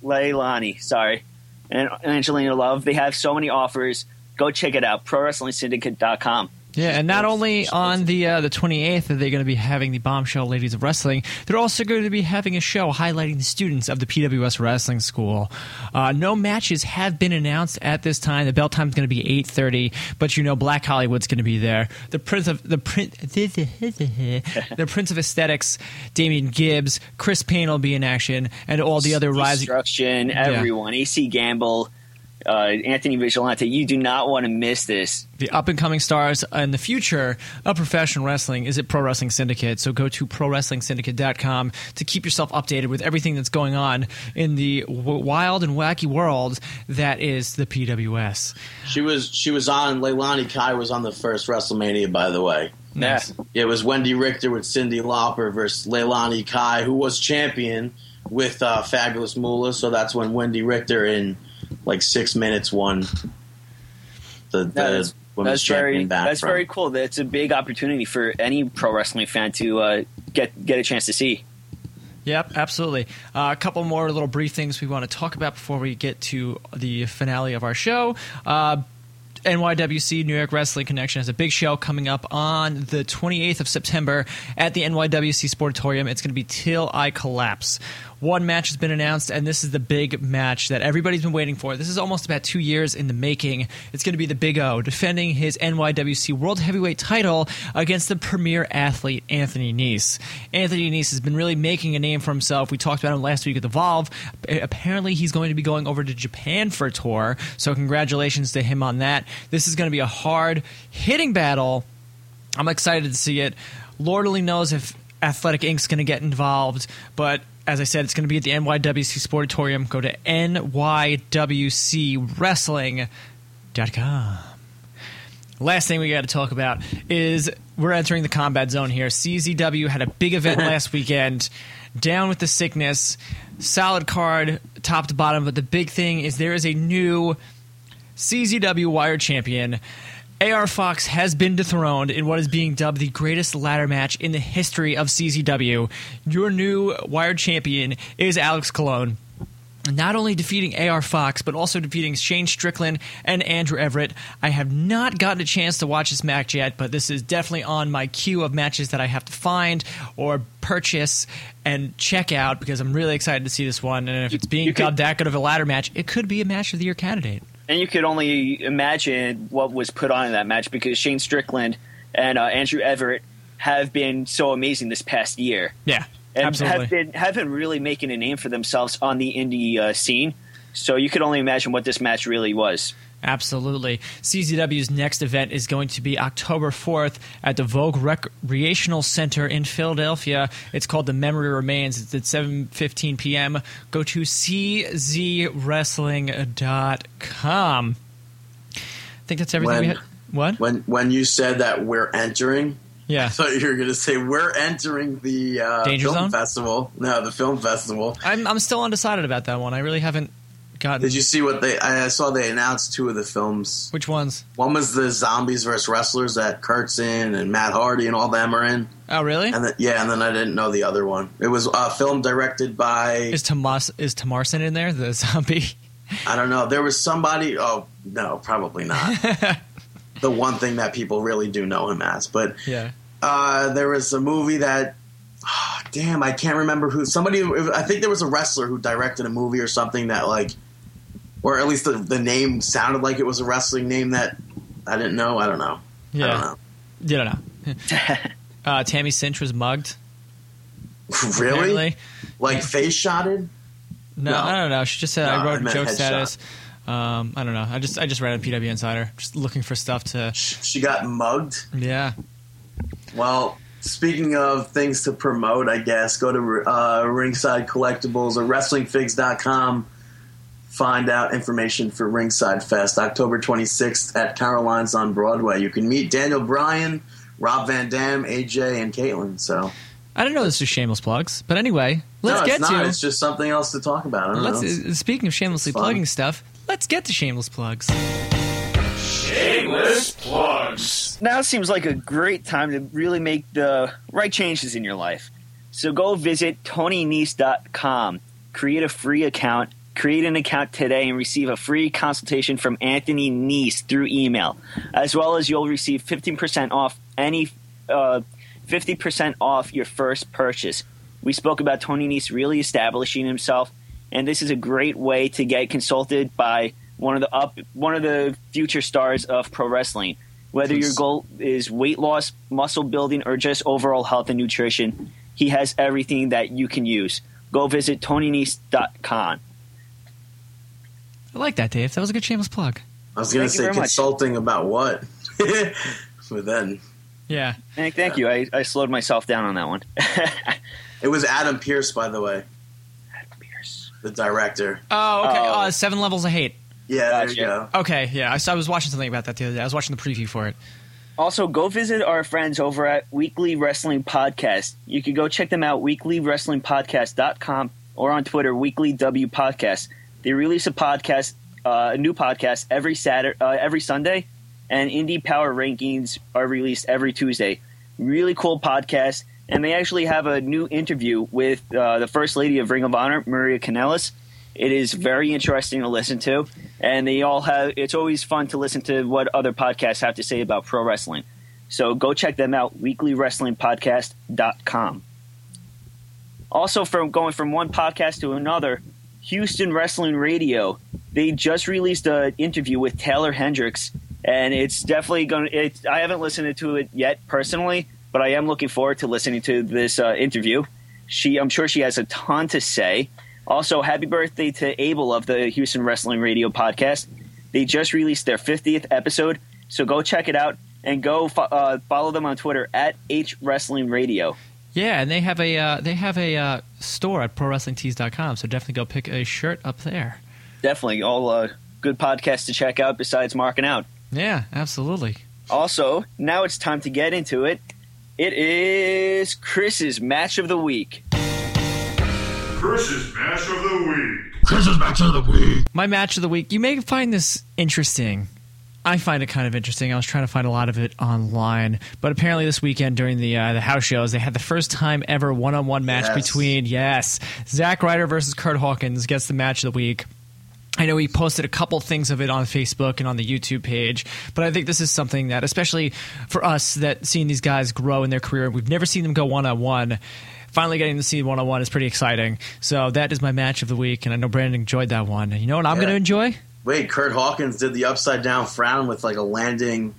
Leilani. Sorry, and Angelina Love. They have so many offers. Go check it out. ProWrestlingSyndicate.com.
Yeah, and not only on the uh, the 28th are they going to be having the Bombshell Ladies of Wrestling, they're also going to be having a show highlighting the students of the PWS Wrestling School. Uh, no matches have been announced at this time. The bell time is going to be 8:30, but you know Black Hollywood's going to be there. The Prince of the Prince [laughs] the Prince of Aesthetics, Damian Gibbs, Chris Payne will be in action, and all the other rising.
Destruction. Everyone. AC Gamble. Uh, Anthony Vigilante. You do not want to miss this.
the up and coming stars in the future of professional wrestling is at Pro Wrestling Syndicate. So go to prowrestlingsyndicate.com to keep yourself updated with everything that's going on in the w- wild and wacky world that is the PWS.
She was she was on Leilani Kai was on the first WrestleMania, by the way.
Nice.
It was Wendy Richter with Cindy Lauper versus Leilani Kai, who was champion with uh, Fabulous Moolah. So that's when Wendy Richter in like six minutes won the the,
That is-
women's
That's very
champion back
that's
from.
very cool. That's a big opportunity for any pro wrestling fan to uh, get get a chance to see.
Yep, absolutely. Uh, a couple more little brief things we want to talk about before we get to the finale of our show. Uh, NYWC New York Wrestling Connection has a big show coming up on the 28th of September at the NYWC Sportatorium. It's going to be Till I Collapse. One match has been announced, and this is the big match that everybody's been waiting for. This is almost about two years in the making. It's going to be the Big O defending his NYWC World Heavyweight title against the premier athlete, Anthony Nice. Anthony Nice has been really making a name for himself. We talked about him last week at Evolve. A- Apparently, he's going to be going over to Japan for a tour, so congratulations to him on that. This is going to be a hard hitting battle. I'm excited to see it. Lord only knows if Athletic Inc.'s going to get involved, but as I said, it's going to be at the NYWC Sportatorium. Go to NYWCWrestling.com. Last thing we got to talk about is we're entering the combat zone here. CZW had a big event last weekend. Down with the sickness, solid card, top to bottom. But the big thing is there is a new CZW Wire Champion. AR Fox has been dethroned in what is being dubbed the greatest ladder match in the history of CZW. Your new Wired champion is Alex Colon. Not only defeating AR Fox, but also defeating Shane Strickland and Andrew Everett. I have not gotten a chance to watch this match yet, but this is definitely on my queue of matches that I have to find or purchase and check out because I'm really excited to see this one. And if it's being
you could-
dubbed that good of a ladder match, it could be a match of the year candidate.
And you could only imagine what was put on in that match because Shane Strickland and uh, Andrew Everett have been so amazing this past year.
Yeah,
and
absolutely.
have been have been really making a name for themselves on the indie uh, scene. So you could only imagine what this match really was.
Absolutely. CZW's next event is going to be October 4th at the Vogue Recreational Center in Philadelphia. It's called The Memory Remains. It's at 7:15 p.m. Go to czwrestling.com. I think that's everything we
When-
had. What?
When when you said that we're entering, [laughs] I
yeah.
thought you were going to say we're entering the uh,
Danger
film
Zone?
festival. No, the film festival.
I'm I'm still undecided about that one. I really haven't gotten
Did you see what they? I saw they announced two of the films.
which ones?
One was the zombies versus wrestlers that Kurt's in and Matt Hardy and all them are in.
Oh, really?
And then, yeah, and then I didn't know the other one. It was a film directed by
Is Tomas is Tamarson in there? The zombie? [laughs]
I don't know. There was somebody. Oh no,
[laughs]
probably not. the one thing that people really do know him as, but
Yeah.
uh, there was a movie that ah, damn i can't remember who somebody i think there was a wrestler who directed a movie or something that like or at least the, the name sounded like it was a wrestling name that i didn't know i don't know
Yeah.
i don't know [laughs]
You don't know. [laughs] uh, Tammy Cinch was mugged.
really
Apparently.
like face shotted
No,
No.
I don't know. She just said
No,
I
I
wrote a
meant
joke
headshot.
status. Um, I don't know. I just I just read on PW Insider, just looking for stuff to.
she got mugged
Yeah,
well speaking of things to promote i guess go to uh, ringside collectibles or wrestlingfigs.com find out information for Ringside Fest, October 26th at Caroline's on Broadway. You can meet Daniel Bryan, Rob Van Dam, AJ, and Caitlin. So
I didn't know this was shameless plugs, but anyway, let's
no,
get
it's not.
to.
It's just something else to talk about. I don't
let's
know.
uh, speaking of shamelessly
Fun.
plugging stuff. Let's get to shameless plugs.
Now seems like a great time to really make the right changes in your life. So go visit TonyNeese.com, create a free account, create an account today, and receive a free consultation from Anthony Neese through email. As well as you'll receive 15% off any uh, 50% off your first purchase. We spoke about Tony Nese really establishing himself, and this is a great way to get consulted by one of the up one of the future stars of pro wrestling. Whether your goal is weight loss, muscle building, or just overall health and nutrition, he has everything that you can use. Go visit TonyNeese.com.
I like that, Dave. That was a good shameless plug.
I was going to
Thank you
say
very much.
consulting about what, [laughs] but then
Yeah,
Thank, thank you. I, I slowed myself down on that one. [laughs]
it was Adam Pierce, by the way, the director.
Oh, okay.
Oh.
Uh, seven levels of hate.
Yeah, there
Gotcha.
you go.
Okay, yeah. I, saw- I was watching something about that the other day. I was watching the preview for it.
Also, go visit our friends over at Weekly Wrestling Podcast. You can go check them out, weeklywrestlingpodcast.com, or on Twitter, Weekly W Podcast. They release a podcast, uh, a new podcast every Saturday, uh, every Sunday, and Indie Power Rankings are released every Tuesday. Really cool podcast, and they actually have a new interview with uh, the First Lady of Ring of Honor, Maria Kanellis. It is very interesting to listen to, and they all have. It's always fun to listen to what other podcasts have to say about pro wrestling. So go check them out, weeklywrestlingpodcast.com. Also, from going from one podcast to another, Houston Wrestling Radio, they just released an interview with Taylor Hendricks, and it's definitely going to. I haven't listened to it yet personally, but I am looking forward to listening to this uh, interview. She, I'm sure she has a ton to say. Also, happy birthday to Abel of the Houston Wrestling Radio podcast. They just released their 50th episode, so go check it out and go fo- uh, follow them on Twitter at H Wrestling Radio.
Yeah, and they have a uh, they have a uh, store at prowrestlingtees.com, so definitely go pick a shirt up there.
Definitely all uh, good podcasts to check out besides Marking Out.
Yeah, absolutely.
Also, now it's time to get into it. It is Chris's match of the week.
Chris's Match of the Week.
My match of the week. You may find this interesting. I find it kind of interesting. I was trying to find a lot of it online, but apparently this weekend during the uh, the house shows, they had the first time ever one on one match
Yes.
between yes, Zack Ryder versus Kurt Hawkins gets the match of the week. I know he posted a couple things of it on Facebook and on the YouTube page, but I think this is something that, especially for us, that seeing these guys grow in their career, we've never seen them go one on one. Finally, getting to see one on one is pretty exciting. So that is my match of the week, and I know Brandon enjoyed that one. And you know what I'm
Yeah.
going to enjoy?
Wait, Kurt Hawkins did the upside down frown with like a landing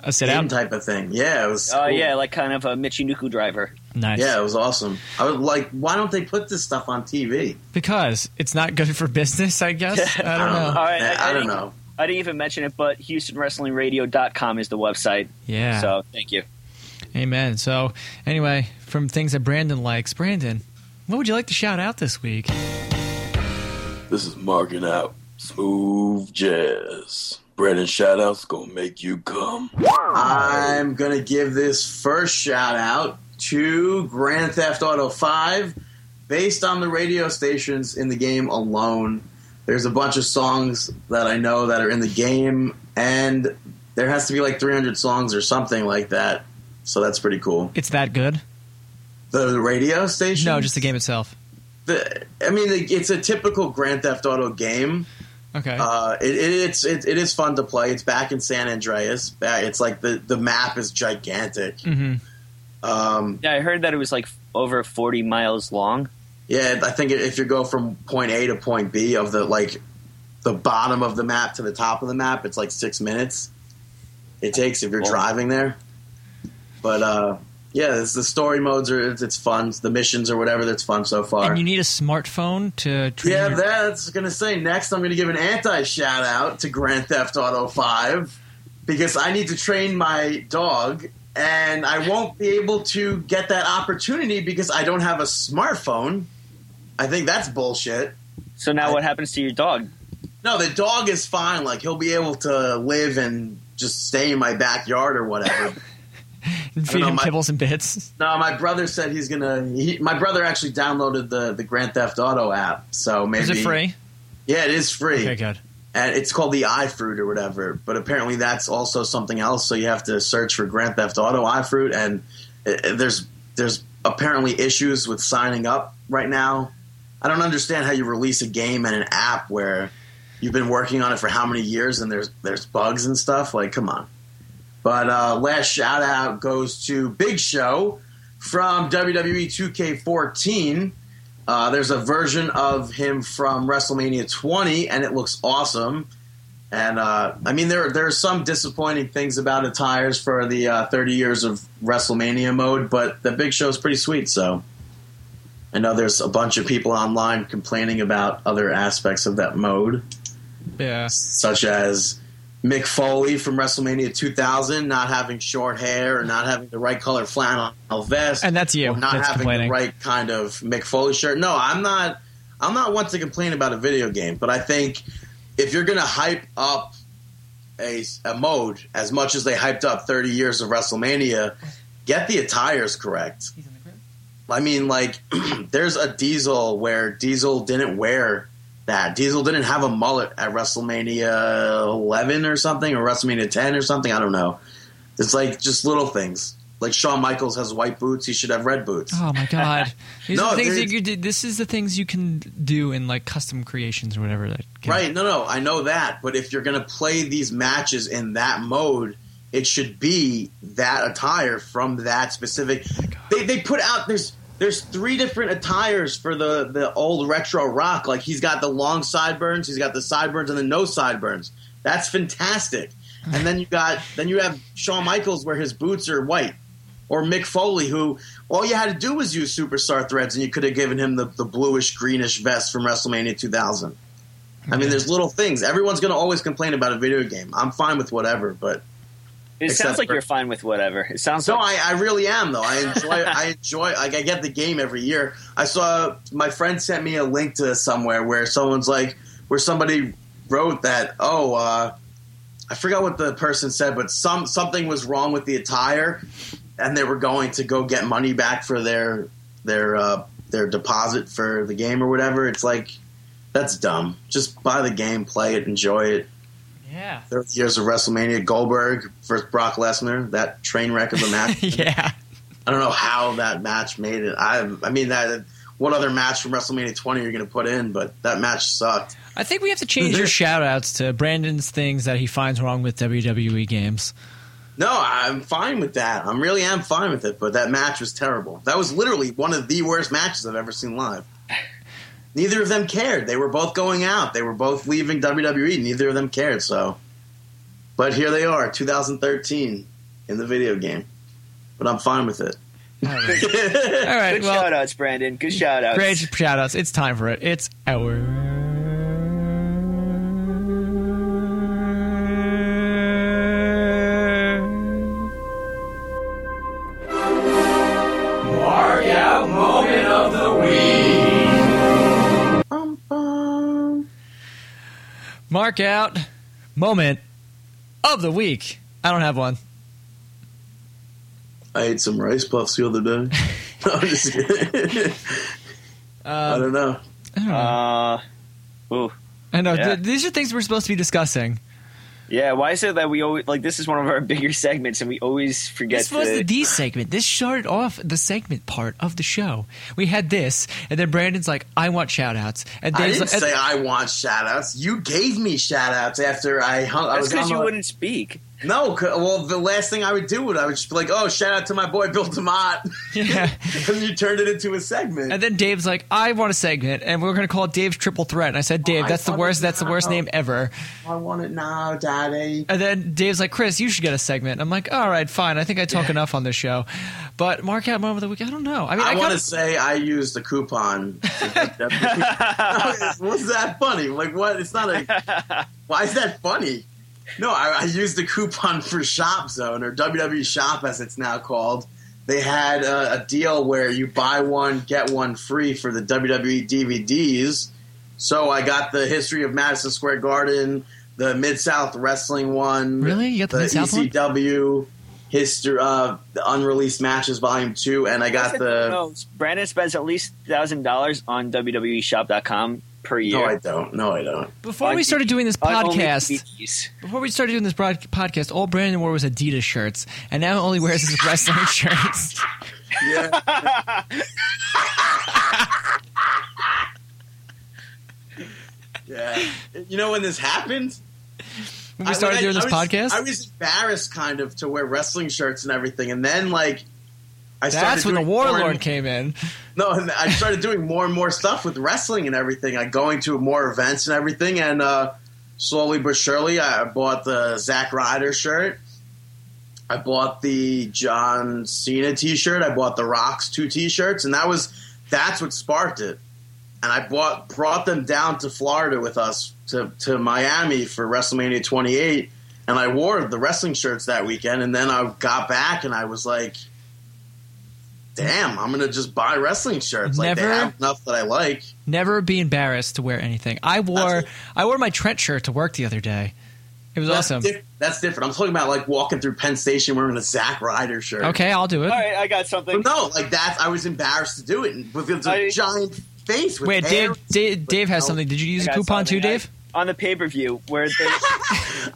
A sit
in
down.
type of thing. Yeah, it was.
Oh,
cool.
yeah, like kind of a Michinoku driver.
Nice.
Yeah, it was awesome. I was like, why don't they put this stuff on TV?
Because it's not good for business, I guess. I don't know.
All right,
Man,
I-
Um, I,
I
don't
think-
know.
I didn't even mention it, but HoustonWrestlingRadio.com is the website.
Yeah.
So thank you.
Amen. So, anyway, from things that Brandon likes, Brandon, what would you like to shout out this week?
This is marking out smooth jazz. Brandon shoutouts gonna make you come.
I'm gonna give this first shout out to Grand Theft Auto 5, based on the radio stations in the game alone. There's a bunch of songs that I know that are in the game, and there has to be like 300 songs or something like that. So that's pretty cool.
It's that good?
The, the radio station?
No, just the game itself.
The, I mean, it's a typical Grand Theft Auto game.
Okay.
Uh, it, it, it's it, it is fun to play. It's back in San Andreas. Back- It's like the the map is gigantic.
mm-hmm.
Um,
Yeah, I heard that it was like over 40 miles long.
yeah, I think if you go from point A to point B of the like the bottom of the map to the top of the map, it's like six minutes. It takes if you're
Whoa.
driving there. But uh, yeah, it's, the story modes are it's, it's fun. The missions or whatever that's fun so far.
And you need a smartphone to. train
Yeah,
your-
that's gonna say next. I'm gonna give an anti shout out to Grand Theft Auto Five because I need to train my dog, and I won't be able to get that opportunity because I don't have a smartphone. I think that's bullshit.
So now what happens to your dog?
No, the dog is fine. Like he'll be able to live and just stay in my backyard
[laughs]
or whatever.
and feed
know,
him
my-
kibbles and bits.
No, my brother said he's gonna. He, my brother actually downloaded the the Grand Theft Auto app, so maybe
Is it free?
Yeah, it is free.
Okay, good.
and it's called the iFruit or whatever. But apparently, that's also something else. So you have to search for Grand Theft Auto iFruit, and uh, there's there's apparently issues with signing up right now. I don't understand how you release a game and an app where you've been working on it for how many years and there's there's bugs and stuff. Like, come on. But uh, last shout out goes to Big Show from E WWE 2K14. Uh, there's a version of him from WrestleMania 20, and it looks awesome. And uh, I mean, there there are some disappointing things about attires for the uh, 30 years of WrestleMania mode, but the Big Show is pretty sweet. So I know there's a bunch of people online complaining about other aspects of that mode,
Yeah.
such as Mick Foley from WrestleMania 2000 not having short hair or not having the right color flannel vest
And that's you.
or not
that's
having
complaining.
the right kind of Mick Foley shirt. No, I'm not. I'm not one to complain about a video game, but I think if you're going to hype up a, a mode as much as they hyped up 30 years of WrestleMania, get the attires correct. [clears throat] I mean, like, there's a Diesel where Diesel didn't wear that Diesel didn't have a mullet at WrestleMania 11 or something, or WrestleMania 10 or something. I don't know. It's like just little things. Like Shawn Michaels has white boots, he should have red boots.
Oh my
[laughs]
god! These
No,
are the things
there-
that you do, This is the things you can do in like custom creations or whatever. That can-
Right? No, no, I know that. But if you're going to play these matches in that mode, it should be that attire from that specific. They, they put out there's there's three different attires for the the old retro rock. Like he's got the long sideburns, he's got the sideburns, and the no sideburns. That's fantastic. And then you got then you have Shawn Michaels where his boots are white, or Mick Foley who all you had to do was use superstar threads and you could have given him the, the bluish greenish vest from WrestleMania 2000. I mean, there's little things. Everyone's going to always complain about a video game. I'm fine with whatever, but
It
Except
sounds like
for-
you're fine with whatever. It sounds
no,
like
I, I really am though. I enjoy. I enjoy. Like I get the game every year. I saw my friend sent me a link to somewhere where someone's like, where somebody wrote that. Oh, uh, I forgot what the person said, but some something was wrong with the attire, and they were going to go get money back for their their uh, their deposit for the game or whatever. It's like that's dumb. Just buy the game, play it, enjoy it.
Yeah.
30 years of WrestleMania, Goldberg versus Brock Lesnar, that train wreck of a
[laughs] [laughs]
match.
yeah.
I don't know how that match made it. I, I mean, that what other match from WrestleMania 20 you're going to put in? But that match sucked.
I think we have to change your shout outs to Brandon's things that he finds wrong with WWE
[laughs]
games.
No, I'm fine with that. I'm really am fine with it. But that match was terrible. That was literally one of the worst matches I've ever seen live. Neither of them cared. They were both going out. They were both leaving WWE. Neither of them cared. So, but here they are, 2013 in the video game. But I'm fine with it. [laughs]
All right.
good
Well,
shout outs, Brandon. Good shout outs.
Great shout outs. It's time for it. It's our.
Mark out moment of the week.
Mark out moment of the week. I don't have one.
I ate some rice puffs the other day. I'm just kidding. I don't know.
Uh, ooh.
I know.
Yeah.
Th- these are things we're supposed to be discussing.
Yeah, why is it that we always like this is one of our [laughs] bigger segments and we always forget
This was
to-
the D segment. This started off the segment part of the show. We had this, and then Brandon's like, I want shout outs. And
I
Dave's
didn't
like, and-
say I want shout outs. You gave me shout outs after I hung. I
That's
was
because
on
you
the-
wouldn't speak.
No, 'cause- well, the last thing I would do would I would just be like, "Oh, shout out to my boy Bill Demott," [laughs]
[laughs] yeah.
and you turned it into a segment.
And then Dave's like, I want a segment, and we're going to call it Dave's Triple Threat. And I said, Dave,
Oh, I
that's the
want
worst.
it
That's the worst
now.
name ever.
I want it now, Daddy.
And then Dave's like, Chris, you should get a segment. I'm like, all right, fine. I think I talk enough on this show. But mark out moment of the week. I don't know. I mean, I,
I, want
kind
to say I used a
[laughs]
coupon. [laughs] What's that funny? Like what? It's not a.
[laughs]
Why is that funny? No, I, I used a coupon for Shop Zone or WWE Shop as it's now called. They had uh, a, a deal where you buy one get one free for the E WWE DVDs. So I got the history of Madison Square Garden, the Mid South Wrestling one.
Really? You got the Mid-South one?
ECW history uh, the unreleased matches volume two, and I got
Listen,
the.
no, Brandon spends at least thousand dollars on E WWEshop.com per year.
No, I don't. No, I don't.
before we started doing this
On only
podcast,
DVDs.
before we started doing this broad- podcast, all Brandon wore was Adidas shirts, and now only wears his wrestling [laughs] shirts.
Yeah, yeah. You know when this happened?
When we
I-
started
when I-
doing this
I was-
podcast,
I was embarrassed, kind of, to wear wrestling shirts and everything, and then like. I started
that's when the
doing more and
Warlord came in.
No, and I started doing more and more stuff with wrestling and everything, like going to more events and everything. And uh, slowly but surely, I bought the Zack Ryder shirt. I bought the John Cena T-shirt. I bought the Rocks two T-shirts, and that was that's what sparked it. And I bought brought them down to Florida with us to to Miami for WrestleMania 28, and I wore the wrestling shirts that weekend. And then I got back, and I was like damn, I'm gonna just buy wrestling shirts. Like
Never-
they have enough that I like.
Never be embarrassed to wear anything. I wore
That's-
I wore my Trent shirt to work the other day. It was
That's
awesome.
diff- that's different. I'm talking about like walking through Penn Station wearing a Zack Ryder shirt.
Okay, I'll do it.
All right, I got something.
But no, like that's I was embarrassed to do it and with a
I-
giant face with
Wait,
hair.
Dave, Dave, Dave has
no.
something. Did you use
I
a
got
coupon too,
something. I-
Dave?
on the pay per view where
[laughs]
they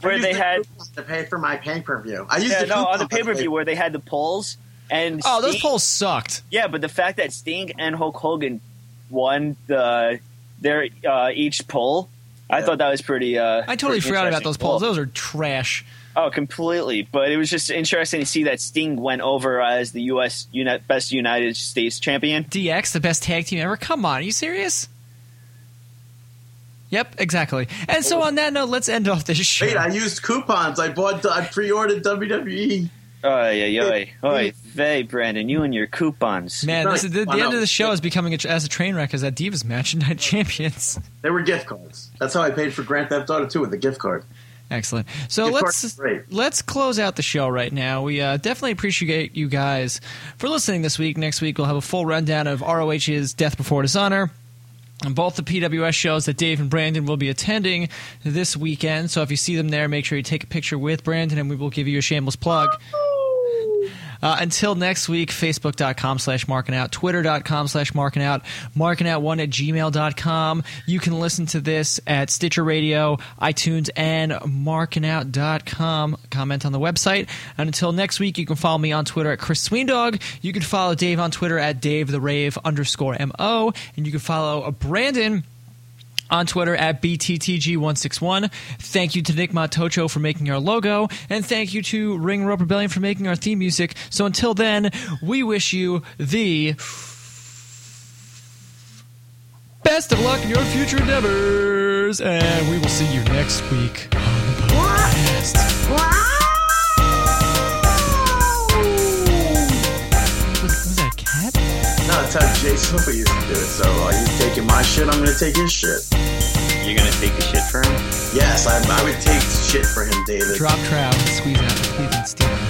where
used
they
the
had
coupon to pay for my pay per view. I used
yeah,
the
no on
coupon
the pay per view where they had the polls and
Oh, those
Sting-
polls sucked.
Yeah, but the fact that Sting and Hulk Hogan won the their uh, each poll, I
Yeah.
thought that was pretty. Uh,
I totally
pretty
forgot about
interesting.
those polls.
Well,
Those are trash.
Oh, completely. But it was just interesting to see that Sting went over as the U.S. Uni- best United States champion.
DX, the best tag team ever. Come on, are you serious? Yep, exactly. And so on that note, let's end off this show.
Wait, I used coupons. I bought. I pre-ordered E. WWE.
Oh yeah, yeah, oy, vey, Brandon, you and your coupons.
Man, this is, the, the
I
end
know.
of the show is becoming a, tr- as a train wreck as that Divas match in Night [laughs] Champions.
They were gift cards. That's how I paid for Grand Theft Auto 2 with a gift card.
Excellent. So
Your
let's
part's great.
let's close out the show right now. We uh, definitely appreciate you guys for listening this week. Next week we'll have a full rundown of ROH's Death Before Dishonor. And both the PWS shows that Dave and Brandon will be attending this weekend. So if you see them there, make sure you take a picture with Brandon and we will give you a shameless plug. Uh, until next week, facebook.com slash marking out, twitter.com slash marking out, marking out one at gmail.com. You can listen to this at Stitcher Radio, iTunes, and markingout.com. Comment on the website. And until next week, you can follow me on Twitter at Chris Sweendog. You can follow Dave on Twitter at Dave the Rave underscore MO. And you can follow uh, Brandon on Twitter at BTTG161. Thank you to Nick Matocho for making our logo, and thank you to Ring Rope Rebellion for making our theme music. So until then, we wish you the best of luck in your future endeavors, and we will see you next week on the podcast. Was, was that a cat?
No, that's how Jay Silva used to do it. So are you taking my shit? I'm going to take his shit.
You're gonna take the shit for him.
Yes, I, I would take shit for him, David.
Drop trout, squeeze out, Cleveland Steelers.